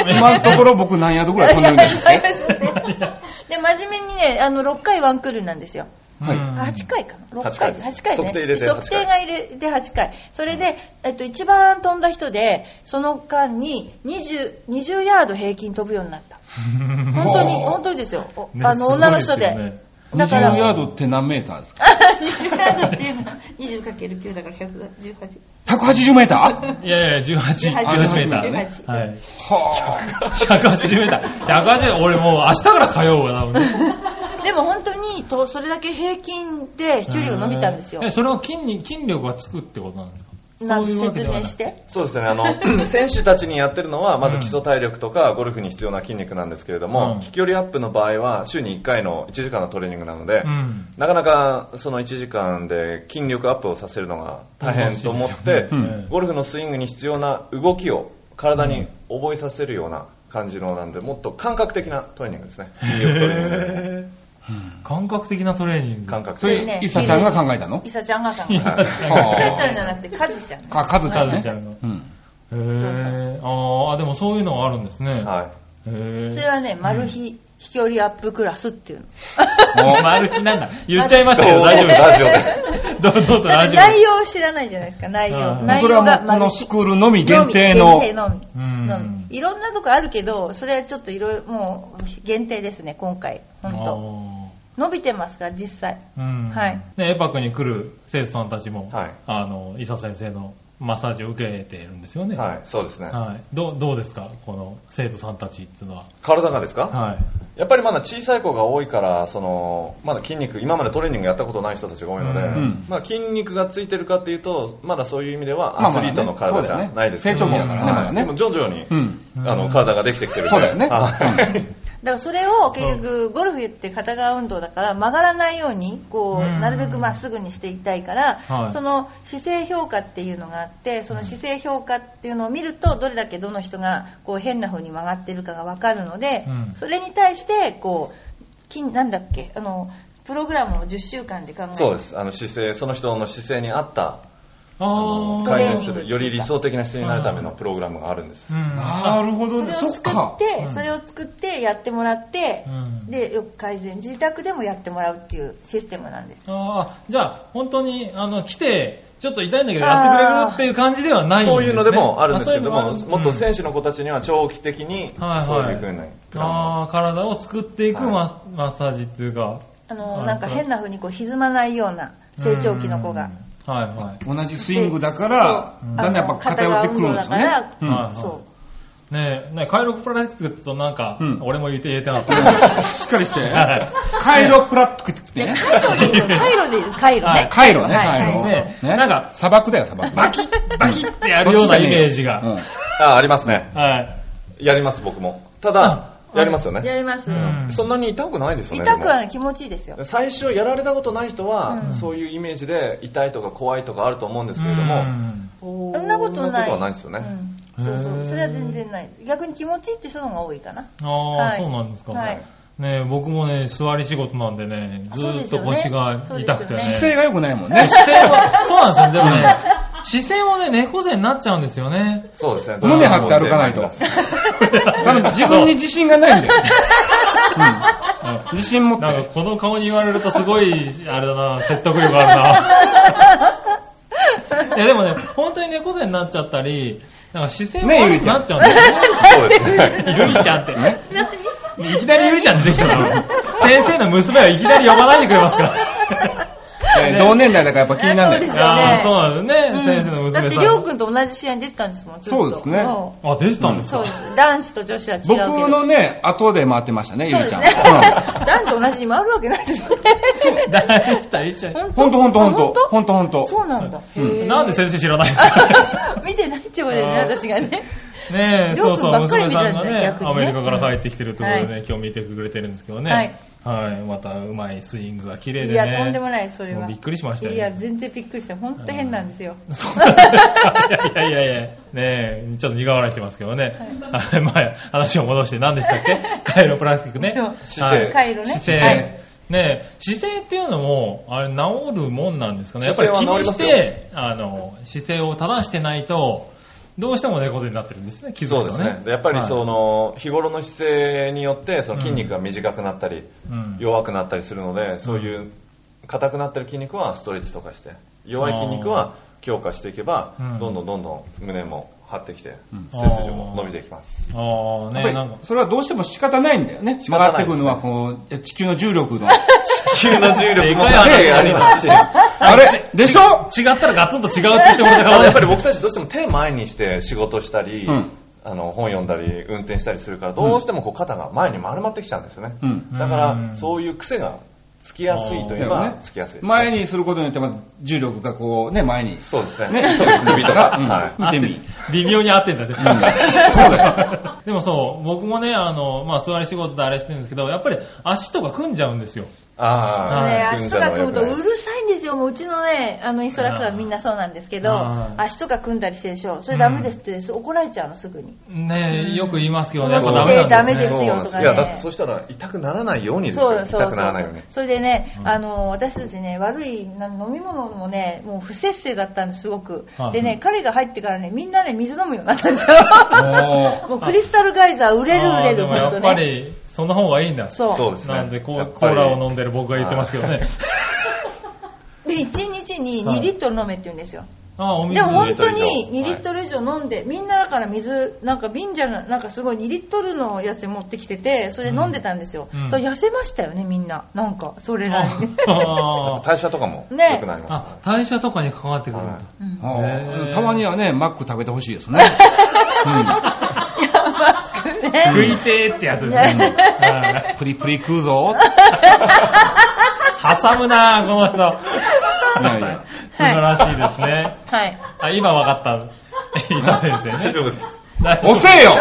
[SPEAKER 2] え今のところ僕何ヤードぐらい飛んでるんですっ
[SPEAKER 1] いやいや
[SPEAKER 2] て
[SPEAKER 1] いやいやで真面目にねあの6回ワンクールなんですよ
[SPEAKER 2] はい
[SPEAKER 3] うん
[SPEAKER 1] 8回かな6
[SPEAKER 4] 8
[SPEAKER 1] 回
[SPEAKER 4] 回
[SPEAKER 1] で
[SPEAKER 4] で
[SPEAKER 1] 8
[SPEAKER 4] す
[SPEAKER 1] 回ね
[SPEAKER 4] 測定入れて8回
[SPEAKER 1] 測定が入れて8回それで、えっと、一番飛んだ人でその間に 20, 20ヤード平均飛ぶようになった本当に
[SPEAKER 2] ほう
[SPEAKER 1] 本当にですよお
[SPEAKER 3] ね
[SPEAKER 1] あの女の人
[SPEAKER 3] すごいすよ
[SPEAKER 1] で
[SPEAKER 3] ね
[SPEAKER 1] だから
[SPEAKER 2] 20ヤードって何メーターですか
[SPEAKER 1] 20ヤードっていうのは 20×9 だから118
[SPEAKER 2] ?180 メータ
[SPEAKER 3] いやいや、18、
[SPEAKER 1] 18
[SPEAKER 3] 18メーターね。
[SPEAKER 1] 18
[SPEAKER 3] はい。
[SPEAKER 2] ー は
[SPEAKER 3] 180メーター。180、俺もう明日から通うわ、多分。
[SPEAKER 1] でも本当にとそれだけ平均で飛距離が伸びたんですよ
[SPEAKER 3] えそれを筋に、筋力がつくってことなんですか
[SPEAKER 1] なん
[SPEAKER 3] そういうわ
[SPEAKER 1] 説
[SPEAKER 3] けではな
[SPEAKER 1] 明
[SPEAKER 3] い
[SPEAKER 1] して
[SPEAKER 4] そうですね、あの、選手たちにやってるのは、まず基礎体力とかゴルフに必要な筋肉なんですけれども、
[SPEAKER 3] うん
[SPEAKER 4] 飛距離アップの場合は、週に1回の1時間のトレーニングなので、
[SPEAKER 3] うん。
[SPEAKER 4] なかなかその1時間で筋力アップをさせるのが大変と思っ
[SPEAKER 3] そうで
[SPEAKER 4] て
[SPEAKER 3] すよねうん、
[SPEAKER 4] ゴルフのスイングに必要な動きを体に覚えさせるような感じのなんで、もっと感覚的なトレーニングですね。筋力トレーニングで
[SPEAKER 3] へー感覚的なトレーニング。
[SPEAKER 4] 感
[SPEAKER 2] あ
[SPEAKER 4] 覚
[SPEAKER 2] そ
[SPEAKER 4] 的
[SPEAKER 1] そうね
[SPEAKER 2] れ、イサちゃんが考えたの
[SPEAKER 1] イサちゃんがさん
[SPEAKER 3] い
[SPEAKER 1] イ
[SPEAKER 3] や
[SPEAKER 1] サ
[SPEAKER 3] 違う
[SPEAKER 2] は
[SPEAKER 1] ちゃんじゃなくてカズちゃん
[SPEAKER 2] か、カズちゃん
[SPEAKER 3] カ
[SPEAKER 2] ね
[SPEAKER 3] ズちゃんの。
[SPEAKER 2] うん。
[SPEAKER 3] へぇー。あー、でもそういうのがあるんですね。
[SPEAKER 4] はい。
[SPEAKER 1] そ
[SPEAKER 3] へぇ
[SPEAKER 1] れはねマル秘飛距離アップクラスっていうの
[SPEAKER 3] ー。丸木なんだ。言っちゃいましたけど、大丈夫
[SPEAKER 4] ラジオ
[SPEAKER 3] 夫。
[SPEAKER 4] で。
[SPEAKER 3] どうぞ、大丈
[SPEAKER 1] 内容を知らないじゃないですか内容
[SPEAKER 3] うん
[SPEAKER 1] 内
[SPEAKER 2] それ
[SPEAKER 1] 容
[SPEAKER 2] はも
[SPEAKER 1] が
[SPEAKER 2] うこ
[SPEAKER 1] 丸
[SPEAKER 2] の
[SPEAKER 1] 秘
[SPEAKER 2] スクールのみ限定の
[SPEAKER 1] のみ。限定のみ
[SPEAKER 3] 夫。う
[SPEAKER 1] のみ
[SPEAKER 3] ん。
[SPEAKER 1] いろんなとこあるけどそれはちょっといろいろもう限定ですね今回本当伸びてますから実際
[SPEAKER 3] あーうん。
[SPEAKER 1] はい
[SPEAKER 3] ね、エパックに来る生徒さんたちも、
[SPEAKER 4] はい
[SPEAKER 3] あの、伊佐先生のマッサージを受けているんです よね。
[SPEAKER 4] はい、そうですね。
[SPEAKER 3] はい。どう、どうですかこの生徒さんたちっていうのは。
[SPEAKER 4] 体がですか、
[SPEAKER 3] はい。
[SPEAKER 4] やっぱりまだ小さい子が多いから、その、まだ筋肉、今までトレーニングやったことない人たちが多いので、
[SPEAKER 2] ん
[SPEAKER 4] まあ筋肉がついてるかっていうと、まだそういう意味では
[SPEAKER 2] まあ
[SPEAKER 4] ア
[SPEAKER 2] ま
[SPEAKER 4] ス
[SPEAKER 2] あね
[SPEAKER 4] リートの体じ
[SPEAKER 2] そうだよ
[SPEAKER 4] ゃ
[SPEAKER 2] ね
[SPEAKER 4] ないですけど
[SPEAKER 3] 成長期だからね
[SPEAKER 4] はい
[SPEAKER 2] まだね
[SPEAKER 4] でも徐々に、
[SPEAKER 2] うん。
[SPEAKER 4] あの、体ができてきてるんで
[SPEAKER 2] そうだよね
[SPEAKER 4] はい
[SPEAKER 1] だからそれを結局ゴルフって片側運動だから曲がらないようにこ
[SPEAKER 3] うん
[SPEAKER 1] うなるべくまっすぐにしていきたいから
[SPEAKER 3] はい
[SPEAKER 1] その姿勢評価っていうのがあってその姿勢評価っていうのを見るとどれだけどの人がこう変な風に曲がってるかが分かるので
[SPEAKER 3] うん
[SPEAKER 1] それに対してこう筋なんだっけあのプログラムを10週間で考えて
[SPEAKER 4] そうです。あの姿勢、その人の姿勢に合った、
[SPEAKER 3] あ
[SPEAKER 4] あの
[SPEAKER 3] ー。
[SPEAKER 4] 改善す
[SPEAKER 1] トレーニング
[SPEAKER 4] る、より理想的な姿勢になるためのプログラムがあるんです。
[SPEAKER 3] うん。
[SPEAKER 2] なるほど
[SPEAKER 1] そ
[SPEAKER 2] ね。
[SPEAKER 1] れ
[SPEAKER 2] そ
[SPEAKER 1] を
[SPEAKER 2] っ
[SPEAKER 1] 作
[SPEAKER 2] か
[SPEAKER 1] っ。て
[SPEAKER 3] うん
[SPEAKER 1] それを作ってやってもらって
[SPEAKER 3] うん
[SPEAKER 1] でよく改善自宅でもやってもらうっていうシステムなんです
[SPEAKER 3] あーじゃあ、本当に、あの、来て、ちょっと痛いんだけど、やってくれるっていう感じではないんです、ね、
[SPEAKER 4] そういうのでもあるんですけども、
[SPEAKER 3] あそういうの
[SPEAKER 4] もっと
[SPEAKER 3] ある
[SPEAKER 4] 選手の子たちには長期的に
[SPEAKER 3] はいはい、
[SPEAKER 4] そういうふうなプ
[SPEAKER 3] うん
[SPEAKER 4] ランを
[SPEAKER 3] あー体を作っていく
[SPEAKER 4] はい
[SPEAKER 3] マ,、マッサージっていうか、
[SPEAKER 1] あ
[SPEAKER 3] は
[SPEAKER 1] の
[SPEAKER 3] い
[SPEAKER 1] なんか変な風にこう歪まないような成長期の子が。
[SPEAKER 3] うん。はいはい。
[SPEAKER 2] 同じスイングだから
[SPEAKER 1] そう、
[SPEAKER 2] だんだんやっぱ偏ってくるんですよね
[SPEAKER 1] 片側運動だ。
[SPEAKER 2] う
[SPEAKER 1] か
[SPEAKER 3] は
[SPEAKER 2] ん
[SPEAKER 3] い
[SPEAKER 1] そ
[SPEAKER 3] ねえ、ねえカイロプラクティックとなんか、
[SPEAKER 2] うん
[SPEAKER 3] 俺も言って言えてなか った。
[SPEAKER 2] しっかりして
[SPEAKER 3] はい。
[SPEAKER 2] カイロプラットクってね。
[SPEAKER 1] う。カイロでいいです、カイロ
[SPEAKER 3] はい
[SPEAKER 1] ね。
[SPEAKER 2] カイロね、
[SPEAKER 1] はい
[SPEAKER 2] カイロ。
[SPEAKER 3] ねなんか
[SPEAKER 2] 砂漠だよ、砂漠。
[SPEAKER 3] バキッ、バキッってやるようなイメージが。
[SPEAKER 4] ああ、ありますね。
[SPEAKER 3] はい。
[SPEAKER 4] やります、僕も。ただ、やりますよね。
[SPEAKER 1] やります。
[SPEAKER 3] うん
[SPEAKER 4] そんなに痛くないですよね。
[SPEAKER 1] 痛くは
[SPEAKER 4] で
[SPEAKER 1] ね気持ちいいですよ
[SPEAKER 4] も。最初やられたことない人は、
[SPEAKER 1] うん
[SPEAKER 4] そういうイメージで痛いとか怖いとかあると思うんですけれど
[SPEAKER 3] う
[SPEAKER 4] も、
[SPEAKER 3] ん
[SPEAKER 1] そんなことない。
[SPEAKER 4] そんなことはないですよね。
[SPEAKER 1] うんそうそ
[SPEAKER 3] へ
[SPEAKER 1] う。
[SPEAKER 3] ー
[SPEAKER 1] それは全然ないです。逆に気持ちいいって人の方が多いかな。
[SPEAKER 3] あ
[SPEAKER 1] は
[SPEAKER 3] あ、
[SPEAKER 1] い
[SPEAKER 3] そうなんですか。
[SPEAKER 1] はい。
[SPEAKER 3] ねえ、僕もね、座り仕事なんでね、ずーっと腰が痛くて
[SPEAKER 1] そう
[SPEAKER 3] ね。
[SPEAKER 1] ですよねそうですよね
[SPEAKER 2] 姿勢が良くないもん
[SPEAKER 3] ね
[SPEAKER 2] ね。
[SPEAKER 3] 姿勢も、そうなんですよ。でもね、姿勢もね、猫背になっちゃうんですよね。
[SPEAKER 4] そうですね。
[SPEAKER 2] 胸張って歩かないと。多分自分に自信がないんだよ。うん自信持っ
[SPEAKER 3] なん
[SPEAKER 2] て。
[SPEAKER 3] かこの顔に言われるとすごい、あれだな、説得力ある な。いやでもね、本当に猫背になっちゃったり、なんか姿勢も
[SPEAKER 2] ねゆ
[SPEAKER 3] 悪
[SPEAKER 2] り
[SPEAKER 3] く
[SPEAKER 2] ちゃん
[SPEAKER 3] なっちゃうんですよね。
[SPEAKER 4] そうですね。
[SPEAKER 3] ゆりちゃんって。いきなりゆりちゃん出てきたの。先生の娘はいきなり呼ばないでくれますから。
[SPEAKER 2] ね同年代だからやっぱ気になるん
[SPEAKER 1] そうで
[SPEAKER 2] だよ。
[SPEAKER 1] すよね
[SPEAKER 3] ああ、そうなんですね、 先生の
[SPEAKER 1] うんだっ
[SPEAKER 3] 娘
[SPEAKER 1] て、
[SPEAKER 3] さ。
[SPEAKER 1] りょうんくんと同じ試合に出てたんですもん、ずっと
[SPEAKER 2] そうですね
[SPEAKER 1] そ
[SPEAKER 3] あ、出てたんで
[SPEAKER 1] う
[SPEAKER 3] す
[SPEAKER 1] そう
[SPEAKER 3] か
[SPEAKER 1] です。男子と女子は違うけ
[SPEAKER 2] 僕
[SPEAKER 1] ど。
[SPEAKER 2] のね、後で回ってましたね、
[SPEAKER 1] そ
[SPEAKER 2] ゆ
[SPEAKER 1] う
[SPEAKER 2] り
[SPEAKER 1] で
[SPEAKER 2] ち
[SPEAKER 1] す
[SPEAKER 2] ゃん。
[SPEAKER 1] ね。
[SPEAKER 2] う ん
[SPEAKER 1] 男女同じに回るわけないですよね。
[SPEAKER 3] 大した一緒に。
[SPEAKER 2] ほんとほんとほんと。ほ
[SPEAKER 1] 本
[SPEAKER 2] んとほん
[SPEAKER 1] 当
[SPEAKER 2] と。
[SPEAKER 1] そうなんだ。へー
[SPEAKER 3] なんで先生知らないんです か
[SPEAKER 1] 見てないってことだよね、
[SPEAKER 3] あー
[SPEAKER 1] 私がね。
[SPEAKER 3] ね え、
[SPEAKER 1] りょ
[SPEAKER 3] そうう
[SPEAKER 1] くんばっ
[SPEAKER 3] そう、
[SPEAKER 1] かり
[SPEAKER 3] 娘
[SPEAKER 1] 見
[SPEAKER 3] さ
[SPEAKER 1] たん
[SPEAKER 3] ん
[SPEAKER 1] だ
[SPEAKER 3] が
[SPEAKER 1] ね
[SPEAKER 3] ね、
[SPEAKER 1] 逆にね
[SPEAKER 3] アメリカから帰ってきてるところでね、
[SPEAKER 1] は
[SPEAKER 3] 今日見てくれてるんですけど
[SPEAKER 1] は
[SPEAKER 3] ね
[SPEAKER 1] い。
[SPEAKER 3] はい。また、うまいスイングが綺麗でね。
[SPEAKER 1] いや、とんでもない、それ
[SPEAKER 3] も
[SPEAKER 1] は。
[SPEAKER 3] うびっくりしましたよ
[SPEAKER 1] いや、全然びっくりした。ほんと変なんですよ。
[SPEAKER 3] そうなんですか。いやいやいやいや。ねえ、ちょっと苦笑いしてますけどね。はい。まあ、話を戻して何でしたっけ カイロプラスティックね。
[SPEAKER 1] そう
[SPEAKER 4] 姿勢
[SPEAKER 3] はい
[SPEAKER 1] カイロね
[SPEAKER 3] 姿勢。
[SPEAKER 2] はい
[SPEAKER 3] ねえ、姿勢っていうのも、あれ、治るもんなんですかね。やっぱ
[SPEAKER 4] 姿
[SPEAKER 3] り
[SPEAKER 4] 勢は
[SPEAKER 3] 気にし
[SPEAKER 4] 治ります
[SPEAKER 3] て、あの、姿勢を正してないと、どうしても猫背になってるんですね、気づ
[SPEAKER 4] そう
[SPEAKER 3] く
[SPEAKER 4] で
[SPEAKER 3] と
[SPEAKER 4] す
[SPEAKER 3] ね。
[SPEAKER 4] ね。やっぱりそ
[SPEAKER 3] はい
[SPEAKER 4] の、日頃の姿勢によって、その筋肉が短くなったり、
[SPEAKER 3] うん
[SPEAKER 4] 弱くなったりするので、そういう硬くなってる筋肉はストレッチとかして、弱い筋肉は強化していけば
[SPEAKER 3] うん、
[SPEAKER 4] どんどんどんどん胸も張ってきて
[SPEAKER 2] うん、
[SPEAKER 4] 背筋も伸びていきます。
[SPEAKER 3] ああ、
[SPEAKER 2] やっぱ
[SPEAKER 3] ね、
[SPEAKER 2] り
[SPEAKER 3] なんか、
[SPEAKER 2] それはどうしても仕方ないんだよね。
[SPEAKER 4] 仕
[SPEAKER 2] 曲
[SPEAKER 4] 方
[SPEAKER 2] がっ
[SPEAKER 4] な
[SPEAKER 2] て
[SPEAKER 4] い
[SPEAKER 2] くる
[SPEAKER 4] ですね
[SPEAKER 2] のは、こう、地球の重力の。
[SPEAKER 4] 地球の重力も
[SPEAKER 3] でかい
[SPEAKER 4] 手がありますし、 や
[SPEAKER 2] あれでしょ
[SPEAKER 3] 違ったらガツンと違うって言ってもらったから、
[SPEAKER 4] っぱり僕たちどうしても手前にして仕事したり
[SPEAKER 2] うん、
[SPEAKER 4] あの、本読んだり、運転したりするから、どうしてもこう肩が前に丸まってきちゃうんですね。
[SPEAKER 2] うん。
[SPEAKER 4] だか
[SPEAKER 3] う
[SPEAKER 4] ら、
[SPEAKER 3] ん
[SPEAKER 4] そういう癖がつきやすいといえ
[SPEAKER 2] だよ
[SPEAKER 4] ば
[SPEAKER 2] ね、
[SPEAKER 4] つきやすいですね。
[SPEAKER 2] 前にすることによって、まあ重力がこう、ね、前に。
[SPEAKER 4] そうですね。
[SPEAKER 2] ね
[SPEAKER 4] 首とか。
[SPEAKER 2] うん
[SPEAKER 4] は
[SPEAKER 2] 見て
[SPEAKER 4] い
[SPEAKER 2] み。
[SPEAKER 3] 微妙に合ってんだね。
[SPEAKER 2] そうだよ。
[SPEAKER 3] でもそう、僕もね、あの、まあ、座り仕事であれしてるんですけど、やっぱり足とか組んじゃうんですよ。
[SPEAKER 4] ああ、
[SPEAKER 1] ね、
[SPEAKER 4] はい
[SPEAKER 1] 足とか組むとう
[SPEAKER 4] 組んじゃうのは良
[SPEAKER 1] る
[SPEAKER 4] くないです
[SPEAKER 1] さいんですよ。もううちのね、あの、インストラクターはみんなそうなんですけど、
[SPEAKER 3] あー
[SPEAKER 1] 足とか組んだりしてるでしょ。それダメですって、怒られちゃうの、すぐに。
[SPEAKER 3] ねよく言いますけどね、やっ
[SPEAKER 1] そ
[SPEAKER 3] ぱ
[SPEAKER 1] の
[SPEAKER 3] ダメなんですよ、ね。
[SPEAKER 1] 姿勢ダメですよとかね
[SPEAKER 4] いや、だってそしたら痛くならないようにですよ。
[SPEAKER 1] そうそうそ
[SPEAKER 4] 痛
[SPEAKER 1] う
[SPEAKER 4] く
[SPEAKER 1] そ
[SPEAKER 4] ならないように
[SPEAKER 1] う。。それでね、
[SPEAKER 3] うん
[SPEAKER 1] あの、私たちね、悪いな飲み物もね、もう不摂生だったんです、すごく
[SPEAKER 3] は。い
[SPEAKER 1] でね、彼が入ってからね、みんなね、水飲むようになったんですよ。
[SPEAKER 2] お
[SPEAKER 1] もうクリスタルガイザー売れる売れる、
[SPEAKER 3] あーで
[SPEAKER 1] 本
[SPEAKER 3] もや
[SPEAKER 1] 当
[SPEAKER 3] っぱ
[SPEAKER 1] ね。
[SPEAKER 3] り、その方がいいんだ。
[SPEAKER 1] そう。
[SPEAKER 4] そうですね。
[SPEAKER 3] なんでこ
[SPEAKER 4] や
[SPEAKER 3] う、
[SPEAKER 4] っ
[SPEAKER 3] コ
[SPEAKER 4] ぱ
[SPEAKER 3] ー
[SPEAKER 4] り
[SPEAKER 3] ラを飲んでる僕が言ってますけどね。
[SPEAKER 1] で、1日に
[SPEAKER 3] はい
[SPEAKER 1] 2リットル飲めって言うんですよ。
[SPEAKER 3] ああ、お水
[SPEAKER 1] でも
[SPEAKER 4] ほん
[SPEAKER 1] 本当に2
[SPEAKER 4] 2
[SPEAKER 1] リットル以上飲んで、みんなだから水、なんか瓶じゃな、なんかすごい2リットルのやつ持ってきてて、それで飲んでたんですよ。
[SPEAKER 3] うん
[SPEAKER 1] と痩せましたよね、みんな。なんか、それなりに。
[SPEAKER 3] あー
[SPEAKER 4] 代謝とかも
[SPEAKER 1] ね
[SPEAKER 4] 良くなります
[SPEAKER 3] あ
[SPEAKER 4] か、
[SPEAKER 3] 代謝とかに関わってくるんだ
[SPEAKER 4] は。
[SPEAKER 1] うん
[SPEAKER 2] ー
[SPEAKER 3] へー
[SPEAKER 2] たまにはね、マック食べてほしいです ね。
[SPEAKER 3] 食いてーってやつです ね。はい
[SPEAKER 2] プリプリ食う ぞ。
[SPEAKER 3] 挟むなー、この人。
[SPEAKER 2] いやいや
[SPEAKER 3] 素晴らしいですね。
[SPEAKER 1] はい。
[SPEAKER 3] あ、今わかった。伊佐先生
[SPEAKER 4] ら。大
[SPEAKER 3] ね。
[SPEAKER 4] 丈夫です。
[SPEAKER 2] 遅 えよ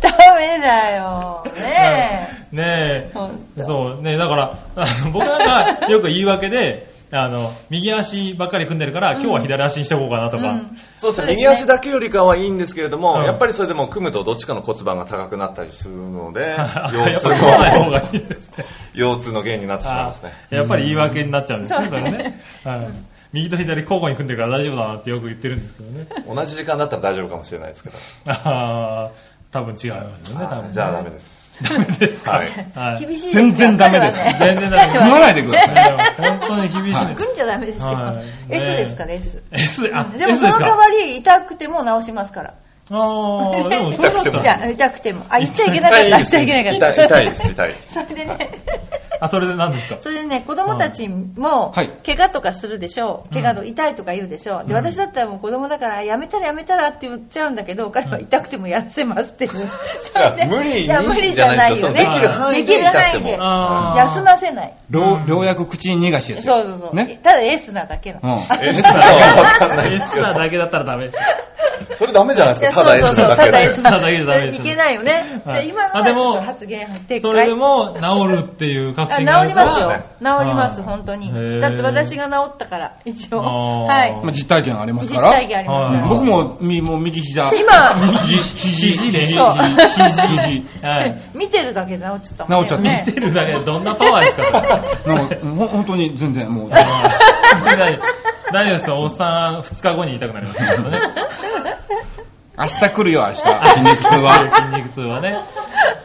[SPEAKER 1] ダメだよ。ね
[SPEAKER 3] え。ね
[SPEAKER 1] え。ほん
[SPEAKER 3] え。
[SPEAKER 1] と
[SPEAKER 3] そう、ねだから、あの僕なんかよく言い訳で、あの、右足ばっかり組んでるから、今日は左足にしておこうかなと
[SPEAKER 1] う
[SPEAKER 3] か。
[SPEAKER 1] ん
[SPEAKER 4] そう
[SPEAKER 1] そ
[SPEAKER 4] です
[SPEAKER 1] うで
[SPEAKER 4] ね。
[SPEAKER 1] すね
[SPEAKER 4] 右足だけよりかはいいんですけれど
[SPEAKER 3] う
[SPEAKER 4] も、
[SPEAKER 3] ん
[SPEAKER 4] やっぱりそれでも組むとどっちかの骨盤が高くなったりするので、
[SPEAKER 3] や
[SPEAKER 4] 腰
[SPEAKER 3] っ
[SPEAKER 4] 痛
[SPEAKER 3] ぱり来ない方
[SPEAKER 4] の、
[SPEAKER 3] がいいですね。
[SPEAKER 4] 腰痛の原因になってしまい
[SPEAKER 3] あ
[SPEAKER 4] ますね。
[SPEAKER 3] やっぱり言い訳になっちゃうんですね、
[SPEAKER 1] うん
[SPEAKER 3] これね。はい右と左交互に組んでるから大丈夫だなってよく言ってるんですけどね。
[SPEAKER 4] 同じ時間だったら大丈夫かもしれないですけど。
[SPEAKER 3] ああ、多分違いますよね、多分
[SPEAKER 4] あ
[SPEAKER 3] ね。
[SPEAKER 4] じゃあダメです。
[SPEAKER 3] ダメですか。
[SPEAKER 4] はい
[SPEAKER 3] はい
[SPEAKER 1] 厳しいですよ
[SPEAKER 2] 全然ダメです。
[SPEAKER 1] 彼はね
[SPEAKER 3] 全然ダメです
[SPEAKER 2] 食わないでください。
[SPEAKER 3] 本当に厳しい
[SPEAKER 2] は
[SPEAKER 3] ね
[SPEAKER 2] い。
[SPEAKER 1] 組んじゃダメですよ
[SPEAKER 3] はいね。え
[SPEAKER 1] S ですから、S。
[SPEAKER 3] S、あ、
[SPEAKER 1] でも
[SPEAKER 3] S
[SPEAKER 1] そ
[SPEAKER 3] で
[SPEAKER 1] の
[SPEAKER 3] すか
[SPEAKER 1] 代わり痛くても治しますから。
[SPEAKER 3] ああ、でもそうだっ
[SPEAKER 1] じ
[SPEAKER 3] た
[SPEAKER 1] ゃあ
[SPEAKER 3] ら。
[SPEAKER 1] 痛くても。あ、言っちゃいけなかった。言っちゃいけなか
[SPEAKER 4] 痛
[SPEAKER 1] っ
[SPEAKER 4] い
[SPEAKER 1] た。
[SPEAKER 4] 痛いです、痛い。
[SPEAKER 1] それでね。
[SPEAKER 3] あ、それで何ですか
[SPEAKER 1] それでね、子供たちも
[SPEAKER 2] はい、
[SPEAKER 1] 怪我とかするでしょう。怪我と痛いとか言うでしょう。で、
[SPEAKER 3] うん
[SPEAKER 1] 私だったらもう子供だから、やめたらやめたらって言っちゃうんだけど、彼は痛くてもやらせますっていう。それで
[SPEAKER 4] 無理に
[SPEAKER 1] いや、無理じゃないよね。
[SPEAKER 4] じ
[SPEAKER 1] で
[SPEAKER 4] ゃ
[SPEAKER 1] き
[SPEAKER 4] ない
[SPEAKER 1] る
[SPEAKER 4] です
[SPEAKER 1] 範
[SPEAKER 4] よ
[SPEAKER 1] 囲
[SPEAKER 4] できる範囲で
[SPEAKER 1] で。
[SPEAKER 3] あー
[SPEAKER 1] 休ませない。
[SPEAKER 2] ようようやく口に逃がしで
[SPEAKER 1] そう
[SPEAKER 2] す
[SPEAKER 1] そ
[SPEAKER 2] よ。
[SPEAKER 1] うそう。
[SPEAKER 2] ね。
[SPEAKER 1] ただエースなだけな
[SPEAKER 2] うん
[SPEAKER 1] の。。
[SPEAKER 4] S なのかわかんないです
[SPEAKER 3] S
[SPEAKER 4] け
[SPEAKER 3] なだけだったらダメ。
[SPEAKER 4] ど。それダメじゃない
[SPEAKER 1] い
[SPEAKER 4] で
[SPEAKER 1] や
[SPEAKER 4] す
[SPEAKER 1] そ
[SPEAKER 4] か。
[SPEAKER 1] う
[SPEAKER 4] ただ
[SPEAKER 1] そう
[SPEAKER 4] S
[SPEAKER 1] そう
[SPEAKER 4] な
[SPEAKER 1] た
[SPEAKER 4] だけ
[SPEAKER 1] だ
[SPEAKER 4] で
[SPEAKER 1] S
[SPEAKER 3] ただ S だけ
[SPEAKER 1] いけないよね。じゃ
[SPEAKER 3] は
[SPEAKER 1] あ
[SPEAKER 3] い
[SPEAKER 1] 今の
[SPEAKER 3] あ
[SPEAKER 1] は
[SPEAKER 3] で
[SPEAKER 1] ち
[SPEAKER 3] も
[SPEAKER 1] ょっと発言撤回。
[SPEAKER 3] それでも治るっていう
[SPEAKER 1] あ
[SPEAKER 3] 確
[SPEAKER 1] 治
[SPEAKER 3] 信
[SPEAKER 1] り
[SPEAKER 3] があるか
[SPEAKER 1] ま
[SPEAKER 3] ら
[SPEAKER 1] すよ
[SPEAKER 4] ね。
[SPEAKER 1] 治ります、
[SPEAKER 3] うん
[SPEAKER 1] 本当に
[SPEAKER 3] へ。ー
[SPEAKER 1] だって私が治ったから、一応。
[SPEAKER 3] あー
[SPEAKER 1] はい。
[SPEAKER 2] まあ、実体験あります
[SPEAKER 1] 実
[SPEAKER 2] から。
[SPEAKER 1] 体験ありますから
[SPEAKER 3] はい。
[SPEAKER 2] 僕も、み、もう右膝。
[SPEAKER 1] 今、
[SPEAKER 2] 右肘、
[SPEAKER 3] 肘ね
[SPEAKER 1] そう
[SPEAKER 2] 肘、肘。
[SPEAKER 3] はい。
[SPEAKER 1] 見てるだけで治っちゃった
[SPEAKER 2] 治っちゃった
[SPEAKER 1] ね
[SPEAKER 3] 見てるだけでどんなパワー ですかそれ
[SPEAKER 2] なんか、ほん本当に全然もう。
[SPEAKER 3] 大丈夫 大丈夫ですよ。おっさん2日後に痛くなりますけどね。
[SPEAKER 2] 明日来るよ、明日。筋肉痛は。
[SPEAKER 3] 筋肉痛はね。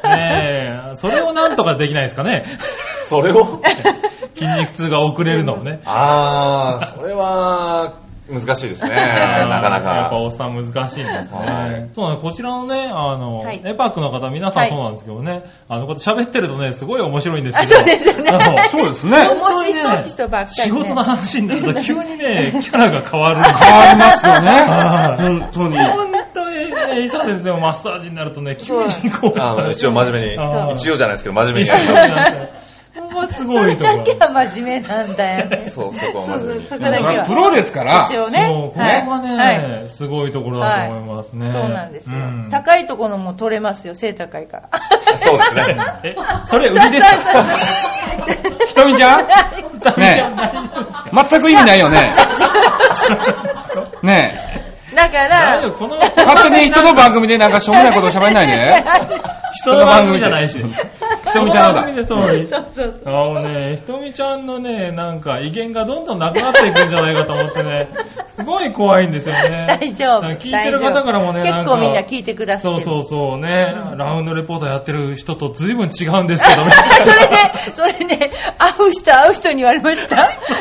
[SPEAKER 3] ねえ、それをなんとかできないですかね。
[SPEAKER 4] す。そ れを
[SPEAKER 3] 筋肉痛が遅れるのをね。
[SPEAKER 4] あー、それは、難しいですね。
[SPEAKER 3] あー
[SPEAKER 4] なかな
[SPEAKER 3] やっぱ
[SPEAKER 4] か。
[SPEAKER 3] おっさん難しいんです
[SPEAKER 4] は
[SPEAKER 3] ね
[SPEAKER 4] い。
[SPEAKER 3] そうなの、こちらのね、あの
[SPEAKER 1] はい、
[SPEAKER 3] エパークの方、皆さ
[SPEAKER 1] はい
[SPEAKER 3] んそうなんですけどね、あの、こうやって喋ってるとね、すごい面白いんですけ
[SPEAKER 1] あ、
[SPEAKER 3] ど。
[SPEAKER 1] そうですよね。
[SPEAKER 3] あ
[SPEAKER 2] そうですね。変
[SPEAKER 1] 面白い人ばっかりね。
[SPEAKER 3] 仕事の話になると 急にね、キャラが変わるんですよ。
[SPEAKER 2] わりますよ
[SPEAKER 3] はい
[SPEAKER 2] ね。本 当に。
[SPEAKER 3] 本当にね、伊佐先生もマッサージになるとね、急にこう。
[SPEAKER 4] あの一応真面目
[SPEAKER 3] あー
[SPEAKER 4] に、一応じゃないですけど、真面目に
[SPEAKER 3] 一
[SPEAKER 4] や
[SPEAKER 3] 緒に
[SPEAKER 4] ります。
[SPEAKER 3] なって。ほんますご
[SPEAKER 1] それ
[SPEAKER 3] いと思
[SPEAKER 1] だ
[SPEAKER 3] う。
[SPEAKER 1] けは真面目なんだよね。
[SPEAKER 4] そう、そこは真面目に
[SPEAKER 1] そ。う
[SPEAKER 2] だからプロですから
[SPEAKER 1] 一。応ね。
[SPEAKER 3] そう、これがね、
[SPEAKER 1] はいはい
[SPEAKER 3] すごいところだと思いますね。
[SPEAKER 1] そうなんですよ
[SPEAKER 3] ん。
[SPEAKER 1] 高いところも取れますよ、背高いから。
[SPEAKER 4] そうですね。
[SPEAKER 3] え、それ売りで す か
[SPEAKER 2] ひとみちゃんね全く意味ないよね。ね
[SPEAKER 1] だか
[SPEAKER 3] 大
[SPEAKER 1] ら、
[SPEAKER 3] 丈夫この
[SPEAKER 2] え。勝手に人の番組でなんかしょうもないことを喋んないで。
[SPEAKER 3] 人の番組じゃないし。
[SPEAKER 2] 人の番組ひとみちゃんの
[SPEAKER 3] この番
[SPEAKER 2] だ。
[SPEAKER 3] 組でそうに
[SPEAKER 1] そうそう
[SPEAKER 3] あのね、ひとみちゃんのね、なんか威厳がどんどんなくなっていくんじゃないかと思っ てね、すごい怖いんですよね。
[SPEAKER 1] 大丈夫
[SPEAKER 3] なんか聞いてる方からもね、
[SPEAKER 1] 大丈夫
[SPEAKER 3] なんか
[SPEAKER 1] 結構みんな聞いてくださって
[SPEAKER 3] そう
[SPEAKER 1] る
[SPEAKER 3] そうそうね、ラウンドレポーターやってる人と随分違うんです けどね。
[SPEAKER 1] それね、それね、会う人会う人に言われま した。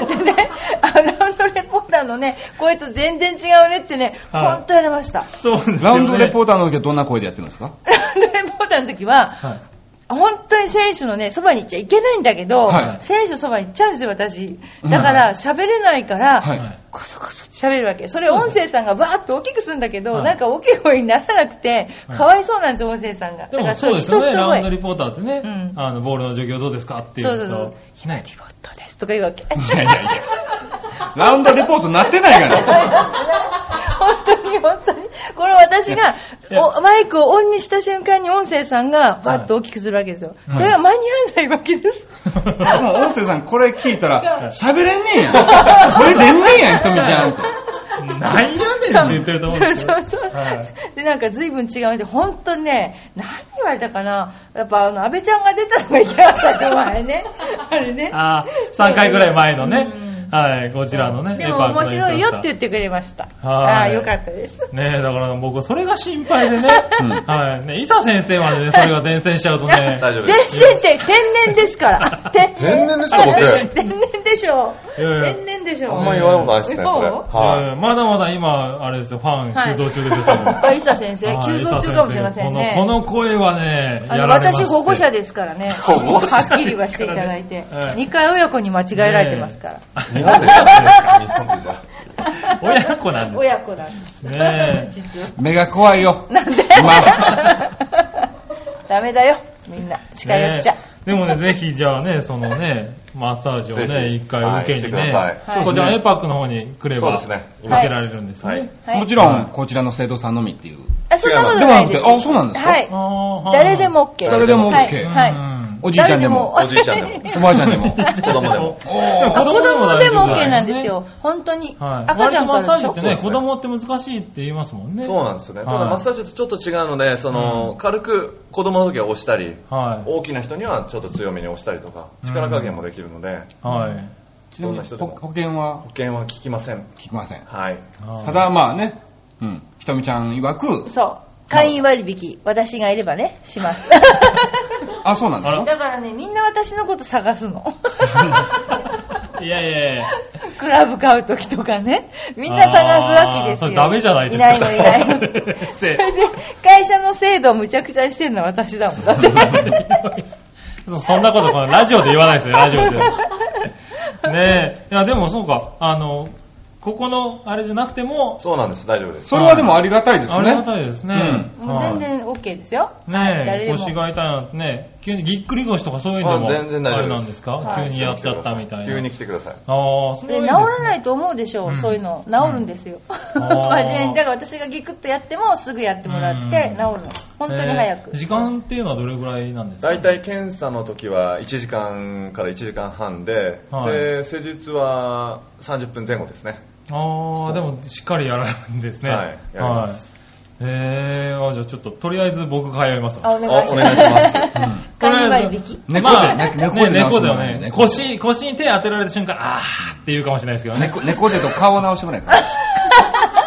[SPEAKER 1] でね、あラウンドレポーターのね、声と全然違うねってね、
[SPEAKER 3] はい
[SPEAKER 1] ほんとやれました。
[SPEAKER 3] そうですよね。
[SPEAKER 2] ラウンドレポ
[SPEAKER 3] ー
[SPEAKER 2] ーターの時はどんな声でやってるんですか
[SPEAKER 1] ラウ ンドレポーターの時は、
[SPEAKER 3] ター。はい。
[SPEAKER 1] 本当に選手のね、そばに行っちゃいけないんだけど、
[SPEAKER 2] はい
[SPEAKER 1] 選手のそばに行っちゃうんですよ、私。だから、喋れないから、
[SPEAKER 2] はい
[SPEAKER 3] はい
[SPEAKER 1] こそこそって喋るわけ。それ音声さんがバーって大きくするんだけど、
[SPEAKER 3] はい
[SPEAKER 1] なんか大きい声にならなくて、
[SPEAKER 3] はい
[SPEAKER 1] かわいそうなんですよ、音声さんが。だか
[SPEAKER 3] でも
[SPEAKER 1] ら
[SPEAKER 3] そうですよ
[SPEAKER 1] 一
[SPEAKER 3] ね、
[SPEAKER 1] つ
[SPEAKER 3] ラウンド
[SPEAKER 1] 声。
[SPEAKER 3] レポーターってね、
[SPEAKER 1] うん
[SPEAKER 3] あの、ボールの状況どうですかっていう
[SPEAKER 1] そ
[SPEAKER 3] と。
[SPEAKER 1] うそうそう。ひ まりボットですとか言うわけ。
[SPEAKER 2] いやいやいや。ラウンドレポートなってないから。
[SPEAKER 1] 本当に本当に。これ私が
[SPEAKER 3] いや
[SPEAKER 1] おマイクをオンにした瞬間に音声さんがバッと大きくするわけですよ。
[SPEAKER 3] はい
[SPEAKER 1] それが間に合わないわけです。
[SPEAKER 2] でも音声さんこれ聞いたら、喋れんねえやん。これ出んねえやん、ひとみちゃんって。
[SPEAKER 3] 何やねんって言ってると思うん
[SPEAKER 1] そ
[SPEAKER 3] で
[SPEAKER 1] う
[SPEAKER 3] す
[SPEAKER 1] そ
[SPEAKER 3] よ。
[SPEAKER 1] うそう。
[SPEAKER 3] はい
[SPEAKER 1] で、なんか随分違うんで、本当にね、何言われたかなやっぱあの、安倍ちゃんが出たのがいけなかった前ね。あれね。
[SPEAKER 3] ああ、3回ぐらい前のね、
[SPEAKER 1] う
[SPEAKER 3] はい、こちらのね、
[SPEAKER 1] で
[SPEAKER 3] エ
[SPEAKER 1] も
[SPEAKER 3] パークの
[SPEAKER 1] 面白いよって
[SPEAKER 3] レ
[SPEAKER 1] 言ってくれました。あ
[SPEAKER 3] は
[SPEAKER 1] あ、
[SPEAKER 3] い
[SPEAKER 1] よかったです。
[SPEAKER 3] ポーターねえ、だから僕、それが心 配でね、
[SPEAKER 2] うん
[SPEAKER 3] はい、ね、伊佐先生までね、それが伝染しちゃう とね、
[SPEAKER 4] 大丈
[SPEAKER 1] 全
[SPEAKER 4] 夫です。
[SPEAKER 1] 然って天然ですから。天
[SPEAKER 4] 天然
[SPEAKER 1] 然。
[SPEAKER 4] でしょ、僕。
[SPEAKER 1] 天然でしょ。
[SPEAKER 3] いやいや
[SPEAKER 1] 天然でし
[SPEAKER 4] あ
[SPEAKER 1] ょ
[SPEAKER 4] ん。ま言われたことないですね、それ。
[SPEAKER 1] そう
[SPEAKER 4] は
[SPEAKER 3] うんまだまだ今、あれですよ、ファン急増中ですよ、
[SPEAKER 1] あ、伊佐先生、
[SPEAKER 3] はい
[SPEAKER 1] 急増中かもしれませんね。
[SPEAKER 3] この、この声はね、
[SPEAKER 1] あ
[SPEAKER 3] や
[SPEAKER 1] の
[SPEAKER 3] られます
[SPEAKER 1] 私、
[SPEAKER 3] って
[SPEAKER 1] 保護者ですからね。
[SPEAKER 4] 保護者です
[SPEAKER 1] はっきりはしていただいて。
[SPEAKER 3] はい
[SPEAKER 1] 2回親子に間違えられてますから。
[SPEAKER 4] い。日本でやってるんですか、日本でじゃ。
[SPEAKER 3] 親子なんです。
[SPEAKER 1] 親子なんです。
[SPEAKER 3] ねえ
[SPEAKER 1] 実は。
[SPEAKER 2] 目が怖いよ。
[SPEAKER 1] なんで ダメだよ、みんな。近寄っちゃ。
[SPEAKER 3] ねえでもね、ぜひ、じゃあね、そのね、マッサージを
[SPEAKER 4] ぜ
[SPEAKER 3] ね、
[SPEAKER 4] ひ
[SPEAKER 3] 一回受けにね、
[SPEAKER 4] はいしてください
[SPEAKER 1] はい
[SPEAKER 3] こちら、エパックの方に来れば、
[SPEAKER 4] そうですね
[SPEAKER 3] 受けられるんですよね。
[SPEAKER 4] はい
[SPEAKER 1] はい
[SPEAKER 2] もちろ
[SPEAKER 3] は
[SPEAKER 2] ん、こちらの生徒さんのみっていう。
[SPEAKER 1] あ、そんなこと
[SPEAKER 2] では
[SPEAKER 1] な
[SPEAKER 2] ないく
[SPEAKER 1] で
[SPEAKER 2] て、
[SPEAKER 1] す。
[SPEAKER 2] あ、そうなんですか
[SPEAKER 1] はい。
[SPEAKER 3] あー
[SPEAKER 1] 誰で。も OK。
[SPEAKER 2] 誰でも OK
[SPEAKER 1] はいはい。
[SPEAKER 3] い。
[SPEAKER 2] おじいちゃんでも、
[SPEAKER 1] 誰
[SPEAKER 4] おじいちゃんでも
[SPEAKER 2] おばあちゃんで も。
[SPEAKER 4] 子供でも。
[SPEAKER 2] お
[SPEAKER 1] あ
[SPEAKER 2] ー
[SPEAKER 1] 子供でも OK なんです
[SPEAKER 3] は
[SPEAKER 1] よ。本当に。
[SPEAKER 3] はい。
[SPEAKER 1] 赤ちゃん
[SPEAKER 3] 割とマ
[SPEAKER 1] か
[SPEAKER 3] ッサ
[SPEAKER 1] ら
[SPEAKER 3] ー
[SPEAKER 1] で
[SPEAKER 3] ジ
[SPEAKER 1] し
[SPEAKER 3] っ
[SPEAKER 1] ょ
[SPEAKER 3] て
[SPEAKER 4] そう
[SPEAKER 3] ね、
[SPEAKER 4] です
[SPEAKER 3] 子
[SPEAKER 4] ね
[SPEAKER 3] 供って難しいって言いますもんね。
[SPEAKER 4] そうなんですよね。た
[SPEAKER 3] は
[SPEAKER 4] だ
[SPEAKER 3] い
[SPEAKER 4] マッサージとちょっと違うので、その、軽く子供の時は押したり、
[SPEAKER 3] はい。
[SPEAKER 4] 大きな人にはちょっと強めに押したりとか、力加減もできるので、
[SPEAKER 3] はい。
[SPEAKER 2] ちなみに保保険は
[SPEAKER 4] 保険は効きません。
[SPEAKER 2] 聞きません。
[SPEAKER 4] はい。
[SPEAKER 3] はい
[SPEAKER 2] ただ、まあね、うん、ひとみちゃん曰く、
[SPEAKER 1] そう。会員割引、私がいればね、します。
[SPEAKER 2] あ、そうなんです
[SPEAKER 3] あ
[SPEAKER 2] か
[SPEAKER 1] だからね、みんな私のこと探すの。
[SPEAKER 3] いやいやいや。
[SPEAKER 1] クラブ買う時とかね、みんな探すわけです
[SPEAKER 3] あーそれ
[SPEAKER 1] よ。
[SPEAKER 3] ダメじゃないですか
[SPEAKER 1] いないのいないの。それで、会社の制度をむちゃくちゃにしてるのは私だもん。だって。
[SPEAKER 3] そんなこと、このラジオで言わないですね、ラジオで。ねえ。いや、でもそうか、あの、ここの、あれじゃなくても、
[SPEAKER 4] そうなんです、大丈夫です。
[SPEAKER 2] それはでもありがたいですね。
[SPEAKER 3] ありがたいですね。
[SPEAKER 1] もう
[SPEAKER 3] はい
[SPEAKER 1] 全然 OK ですよ。はい
[SPEAKER 3] ね
[SPEAKER 1] 誰
[SPEAKER 3] え、
[SPEAKER 1] でも
[SPEAKER 3] 腰が痛いなんてね、急にぎっくり腰とかそういうのも、
[SPEAKER 4] あ全然
[SPEAKER 3] あ
[SPEAKER 4] 大丈
[SPEAKER 3] れ
[SPEAKER 4] 夫です
[SPEAKER 3] なんですか
[SPEAKER 1] は
[SPEAKER 3] 急
[SPEAKER 1] い
[SPEAKER 3] にやっちゃったみたいな。
[SPEAKER 4] 急に来てください。
[SPEAKER 3] ああ、そ
[SPEAKER 1] で
[SPEAKER 3] れはい
[SPEAKER 1] 治
[SPEAKER 3] いですね
[SPEAKER 1] らないと思うでしょう、
[SPEAKER 3] うん
[SPEAKER 1] そういうの。治るんですよ。
[SPEAKER 3] うんあー
[SPEAKER 1] 真面目に。だから私がギクッとやってもすぐやってもらって治
[SPEAKER 3] うん
[SPEAKER 1] るの。本当に早く
[SPEAKER 3] えー。時間っていうのはどれぐらいなんですか
[SPEAKER 4] 大体検査の時は1時間から1時間半で、
[SPEAKER 3] はい
[SPEAKER 4] で施術は30分前後ですね
[SPEAKER 3] ああ、でもしっかりやられるんですね。
[SPEAKER 4] はいやります
[SPEAKER 3] はい。えー、あじゃあちょっと、とりあえず僕が通います
[SPEAKER 1] あ、
[SPEAKER 3] わ。
[SPEAKER 1] お願いします。
[SPEAKER 4] お願いし
[SPEAKER 2] すうん
[SPEAKER 1] 会員
[SPEAKER 3] とり
[SPEAKER 1] 割
[SPEAKER 3] あえず
[SPEAKER 1] 引。
[SPEAKER 2] 猫でね猫で
[SPEAKER 3] ね
[SPEAKER 2] 直して
[SPEAKER 3] 猫
[SPEAKER 2] も
[SPEAKER 3] だ
[SPEAKER 2] らう
[SPEAKER 3] よ
[SPEAKER 2] んだよね
[SPEAKER 3] ね。腰、腰に手当てられた瞬間、あーって言うかもしれないですけ どね。
[SPEAKER 2] 猫猫背と顔を直してもらえるから。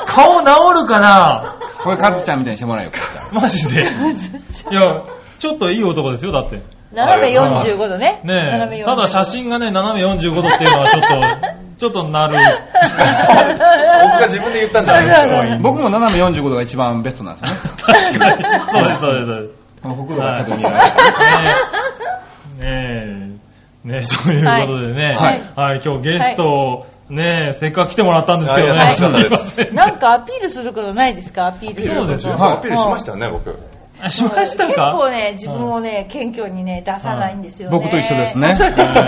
[SPEAKER 3] 顔治るかな
[SPEAKER 2] これ、カズちゃんみたいにしてもらえよ、カズちゃん。
[SPEAKER 3] マジで。いや、ちょっといい男ですよ、だって。
[SPEAKER 1] 斜め45度ね。斜
[SPEAKER 3] ねえ。
[SPEAKER 1] め45
[SPEAKER 3] ただ写真がね、斜め45度っていうのはちょっと、ちょっとなる。
[SPEAKER 4] 僕が自分で言ったんじゃないです
[SPEAKER 1] そうそう
[SPEAKER 4] か
[SPEAKER 2] 僕も斜め45度が一番ベストなんですよね。
[SPEAKER 3] 確かに。そうです、そうです、そうです。
[SPEAKER 2] このほくろがちょっと見えない。
[SPEAKER 3] ねえ、ねえ、そういうことでね、
[SPEAKER 2] はい
[SPEAKER 3] はい、今日ゲストを、ねえ、せっかく来てもらったんですけどね、
[SPEAKER 4] はい
[SPEAKER 3] すみませ ん。
[SPEAKER 1] なんかアピールすることないですかアピールすること。
[SPEAKER 3] そうですよ
[SPEAKER 4] アピールしましたよね僕
[SPEAKER 3] あしました
[SPEAKER 1] 結
[SPEAKER 3] か
[SPEAKER 1] 構ね、自分をね、謙虚にね、出さないんですよね。
[SPEAKER 2] 僕と一緒ですね。
[SPEAKER 1] そうですね。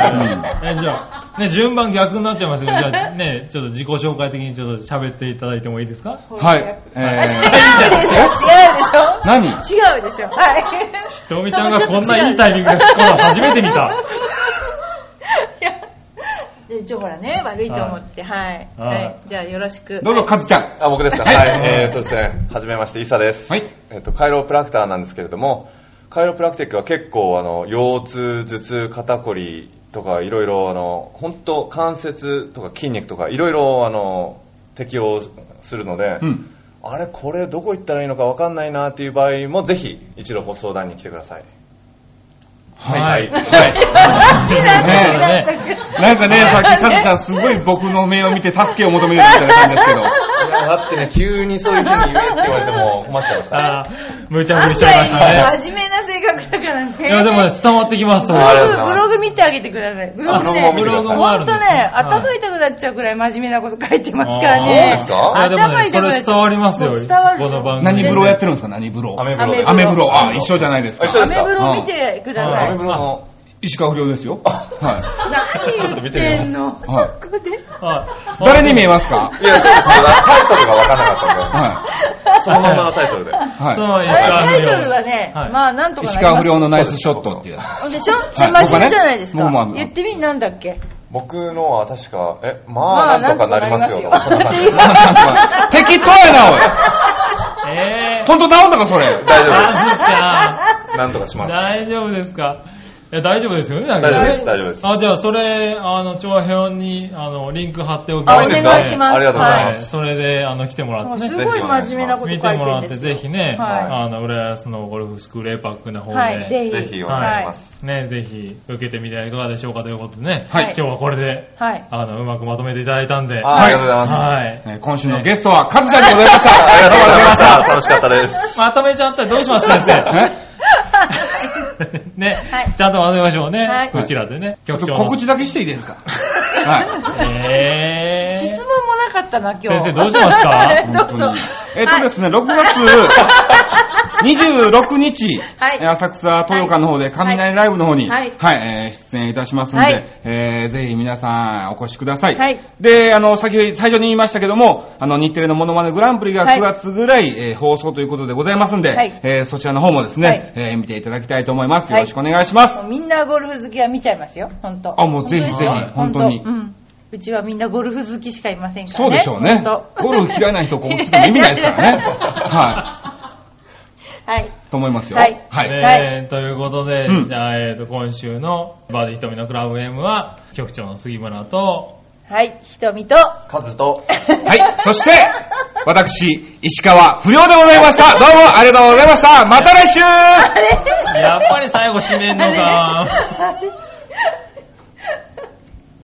[SPEAKER 3] えじゃあ、ね、順番逆になっちゃいますけど、じゃあね、ちょっと自己紹介的にちょっと喋っていただいてもいいですか
[SPEAKER 2] うんはい。
[SPEAKER 1] あ
[SPEAKER 2] え
[SPEAKER 1] 違うでしょ違
[SPEAKER 2] 何
[SPEAKER 1] うでしょ違うでしょはい。
[SPEAKER 3] ひとみちゃんがこんないいタイミングで突っ込むの初めて見た。
[SPEAKER 1] で一応ほらね、悪いと思って、はい。
[SPEAKER 3] は
[SPEAKER 1] はいい。じゃあよろしく。
[SPEAKER 2] ーどうぞ、カズちゃん。
[SPEAKER 4] あ僕ですか
[SPEAKER 2] は
[SPEAKER 4] はいいえーっとですねはじめましてイサです
[SPEAKER 2] はい
[SPEAKER 4] えーっとカイロプラクターなんですけれどもカイロプラクティックは結構あの腰痛頭痛肩こりとかいろいろあの本当関節とか筋肉とかいろいろあの適用するので、
[SPEAKER 2] うん。
[SPEAKER 4] あれこれどこ行ったらいいのか分かんないなっていう場合もぜひ一度ご相談に来てください
[SPEAKER 3] は い。
[SPEAKER 2] ねえなんかね、さっきカズちゃんすごい僕の目を見て助けを求めてるみたいな感じですけど。
[SPEAKER 4] いや だってね急にそういうふうに言えって言われても困っちゃいました
[SPEAKER 3] あー無茶ぶりしちゃいましたね。
[SPEAKER 1] 真面目な性格だからね。
[SPEAKER 3] いや、でもね、伝わってきます、それ
[SPEAKER 4] ありがとうございます
[SPEAKER 1] ブログ見てあげてください。ブログ
[SPEAKER 4] あ
[SPEAKER 1] ね。
[SPEAKER 4] ブログも
[SPEAKER 1] ほん
[SPEAKER 3] 見てください
[SPEAKER 1] とね、
[SPEAKER 3] はい
[SPEAKER 1] 頭痛くなっちゃうくらい真面目なこと書いてますからね。
[SPEAKER 4] あーそうですか
[SPEAKER 3] いやでもね、
[SPEAKER 1] 頭
[SPEAKER 3] それ
[SPEAKER 1] 痛くな
[SPEAKER 3] 伝
[SPEAKER 1] っ
[SPEAKER 3] わりますよ。
[SPEAKER 1] もう伝わるでしょ
[SPEAKER 3] この番組。
[SPEAKER 2] 何風呂やってるんですか何風呂。
[SPEAKER 4] アメブロ
[SPEAKER 1] アメ
[SPEAKER 4] で
[SPEAKER 1] ブロ
[SPEAKER 4] ア
[SPEAKER 2] 雨風呂。あ、一緒じゃないですか。
[SPEAKER 4] 一緒です
[SPEAKER 1] ちゃう。アメブロ見てくだ
[SPEAKER 3] あ
[SPEAKER 1] さ
[SPEAKER 3] ア
[SPEAKER 1] い
[SPEAKER 3] メ。
[SPEAKER 4] メブロの
[SPEAKER 2] 石川不良ですよ。は
[SPEAKER 1] 何
[SPEAKER 4] ちょっと
[SPEAKER 1] 言
[SPEAKER 4] 見
[SPEAKER 1] って
[SPEAKER 4] み
[SPEAKER 1] て
[SPEAKER 4] ま
[SPEAKER 1] ん
[SPEAKER 4] す
[SPEAKER 1] の
[SPEAKER 2] い。
[SPEAKER 1] そ
[SPEAKER 2] は
[SPEAKER 1] こで。
[SPEAKER 3] はい
[SPEAKER 2] い。誰に見えますか
[SPEAKER 4] いやそうですタイトルが分からなかったんで
[SPEAKER 2] は
[SPEAKER 4] そのまんまのタイトルで
[SPEAKER 2] い。
[SPEAKER 4] あ
[SPEAKER 2] はい。
[SPEAKER 3] そう
[SPEAKER 1] あ
[SPEAKER 3] い
[SPEAKER 1] れ、タイトルはね、
[SPEAKER 3] はい
[SPEAKER 1] まあ、なんとかな
[SPEAKER 2] 石
[SPEAKER 1] ります
[SPEAKER 2] 川不良のナイスショット っていう。
[SPEAKER 1] でしょ真面目じゃないです
[SPEAKER 2] 僕はね僕もあ
[SPEAKER 1] か
[SPEAKER 2] の。
[SPEAKER 1] 言ってみ、なんだっけ
[SPEAKER 4] 僕のは確かえまあなんとかなりますよと
[SPEAKER 1] まあ
[SPEAKER 4] か
[SPEAKER 1] なんと
[SPEAKER 4] そんな
[SPEAKER 1] かな
[SPEAKER 4] 感
[SPEAKER 1] り
[SPEAKER 4] じ
[SPEAKER 1] ます
[SPEAKER 4] で
[SPEAKER 1] よ
[SPEAKER 4] す
[SPEAKER 2] 適当やな、お
[SPEAKER 3] え
[SPEAKER 2] い。
[SPEAKER 3] ー。
[SPEAKER 2] 本当治んだか、それ。
[SPEAKER 4] 大 丈夫
[SPEAKER 3] マジか。
[SPEAKER 4] ですなんとかします
[SPEAKER 3] 大丈夫ですかいや、大丈夫ですよね、大
[SPEAKER 4] 大丈夫です大丈夫です
[SPEAKER 3] あ、じゃあ、それ、あの、調和表に、あの、リンク貼っておき
[SPEAKER 1] あお
[SPEAKER 3] ます
[SPEAKER 1] 願
[SPEAKER 3] ので
[SPEAKER 1] いします。
[SPEAKER 4] ありがとうございま
[SPEAKER 3] はい。それで、あの、来てもら
[SPEAKER 1] も
[SPEAKER 3] っ
[SPEAKER 1] う
[SPEAKER 3] て
[SPEAKER 1] す
[SPEAKER 3] ね。
[SPEAKER 1] ごい真面目なこと書い
[SPEAKER 3] 見
[SPEAKER 1] てる
[SPEAKER 3] てもら
[SPEAKER 1] ん
[SPEAKER 3] っ
[SPEAKER 1] で
[SPEAKER 3] て、
[SPEAKER 1] すよ。
[SPEAKER 3] ぜひね、
[SPEAKER 1] は
[SPEAKER 3] あの、浦安のゴルフスクールエパックの
[SPEAKER 1] い。
[SPEAKER 3] 方で、
[SPEAKER 1] はい、ぜひ。。
[SPEAKER 4] ぜひお
[SPEAKER 3] 願いし
[SPEAKER 4] ます
[SPEAKER 3] ね、ぜひ、受けてみてはいかがでしょうかということでね、
[SPEAKER 1] はい
[SPEAKER 3] 今日はこれで、
[SPEAKER 1] はい。
[SPEAKER 3] あの、うまくまとめていただいたんで、
[SPEAKER 4] あありがとうございます
[SPEAKER 3] はい。
[SPEAKER 2] えー今週のゲストはカズちゃんでございまし
[SPEAKER 4] あ
[SPEAKER 2] た。
[SPEAKER 4] りがとうございました楽しかったです
[SPEAKER 3] まとめちゃったらどうします先生。
[SPEAKER 2] え
[SPEAKER 3] ね、
[SPEAKER 1] はい
[SPEAKER 3] ちゃんとまとめましょうね。
[SPEAKER 1] はいう
[SPEAKER 3] ちらでね、局長の。
[SPEAKER 2] 告知だけしていいです かは
[SPEAKER 3] え
[SPEAKER 1] 質
[SPEAKER 3] ー
[SPEAKER 1] 問もなかったな、今日。
[SPEAKER 3] 先生どうしますか
[SPEAKER 1] え
[SPEAKER 2] い。
[SPEAKER 1] っと
[SPEAKER 2] 本当に。えっとですね、6月26日、
[SPEAKER 1] はい
[SPEAKER 2] えー浅草東洋館の方で雷ライブの方に、
[SPEAKER 1] は
[SPEAKER 2] はいい、えー出演いたしますんで、
[SPEAKER 1] はい
[SPEAKER 2] えーぜひ皆さんお越しください。
[SPEAKER 1] はい
[SPEAKER 2] で、あの、先ほど最初に言いましたけども、あの、日テレのモノマネグランプリが
[SPEAKER 1] はい
[SPEAKER 2] 9月ぐらい、えー放送ということでございますんで、
[SPEAKER 1] はい
[SPEAKER 2] えーそちらの方もですね、
[SPEAKER 1] はい
[SPEAKER 2] えー見ていただきたいと思います。
[SPEAKER 1] はい
[SPEAKER 2] よろしくお願いします。
[SPEAKER 1] もうみんなゴルフ好きは見ちゃいますよ、本当。
[SPEAKER 2] あもうぜひ
[SPEAKER 1] 本当ですよ
[SPEAKER 3] ぜひ
[SPEAKER 2] 本当に
[SPEAKER 1] うん。うちはみんなゴルフ好きしかいませんからね。
[SPEAKER 2] そうでしょうね
[SPEAKER 1] 本。当
[SPEAKER 2] ゴルフ嫌いな人、ここ来ても意味ないですから ね。は
[SPEAKER 1] はい。
[SPEAKER 2] い。と思いますよ。
[SPEAKER 1] はい
[SPEAKER 2] はい。
[SPEAKER 1] は
[SPEAKER 3] えーということで、
[SPEAKER 2] うん
[SPEAKER 3] じゃあ、えーと、今週のバーディー瞳のクラブ M は、局長の杉村 と、
[SPEAKER 1] はい、瞳と、
[SPEAKER 4] カズと
[SPEAKER 2] はい。そして、私、石川不良でございました。どうもありがとうございました。また来週
[SPEAKER 3] やっぱり最後締めんのか。
[SPEAKER 1] あれ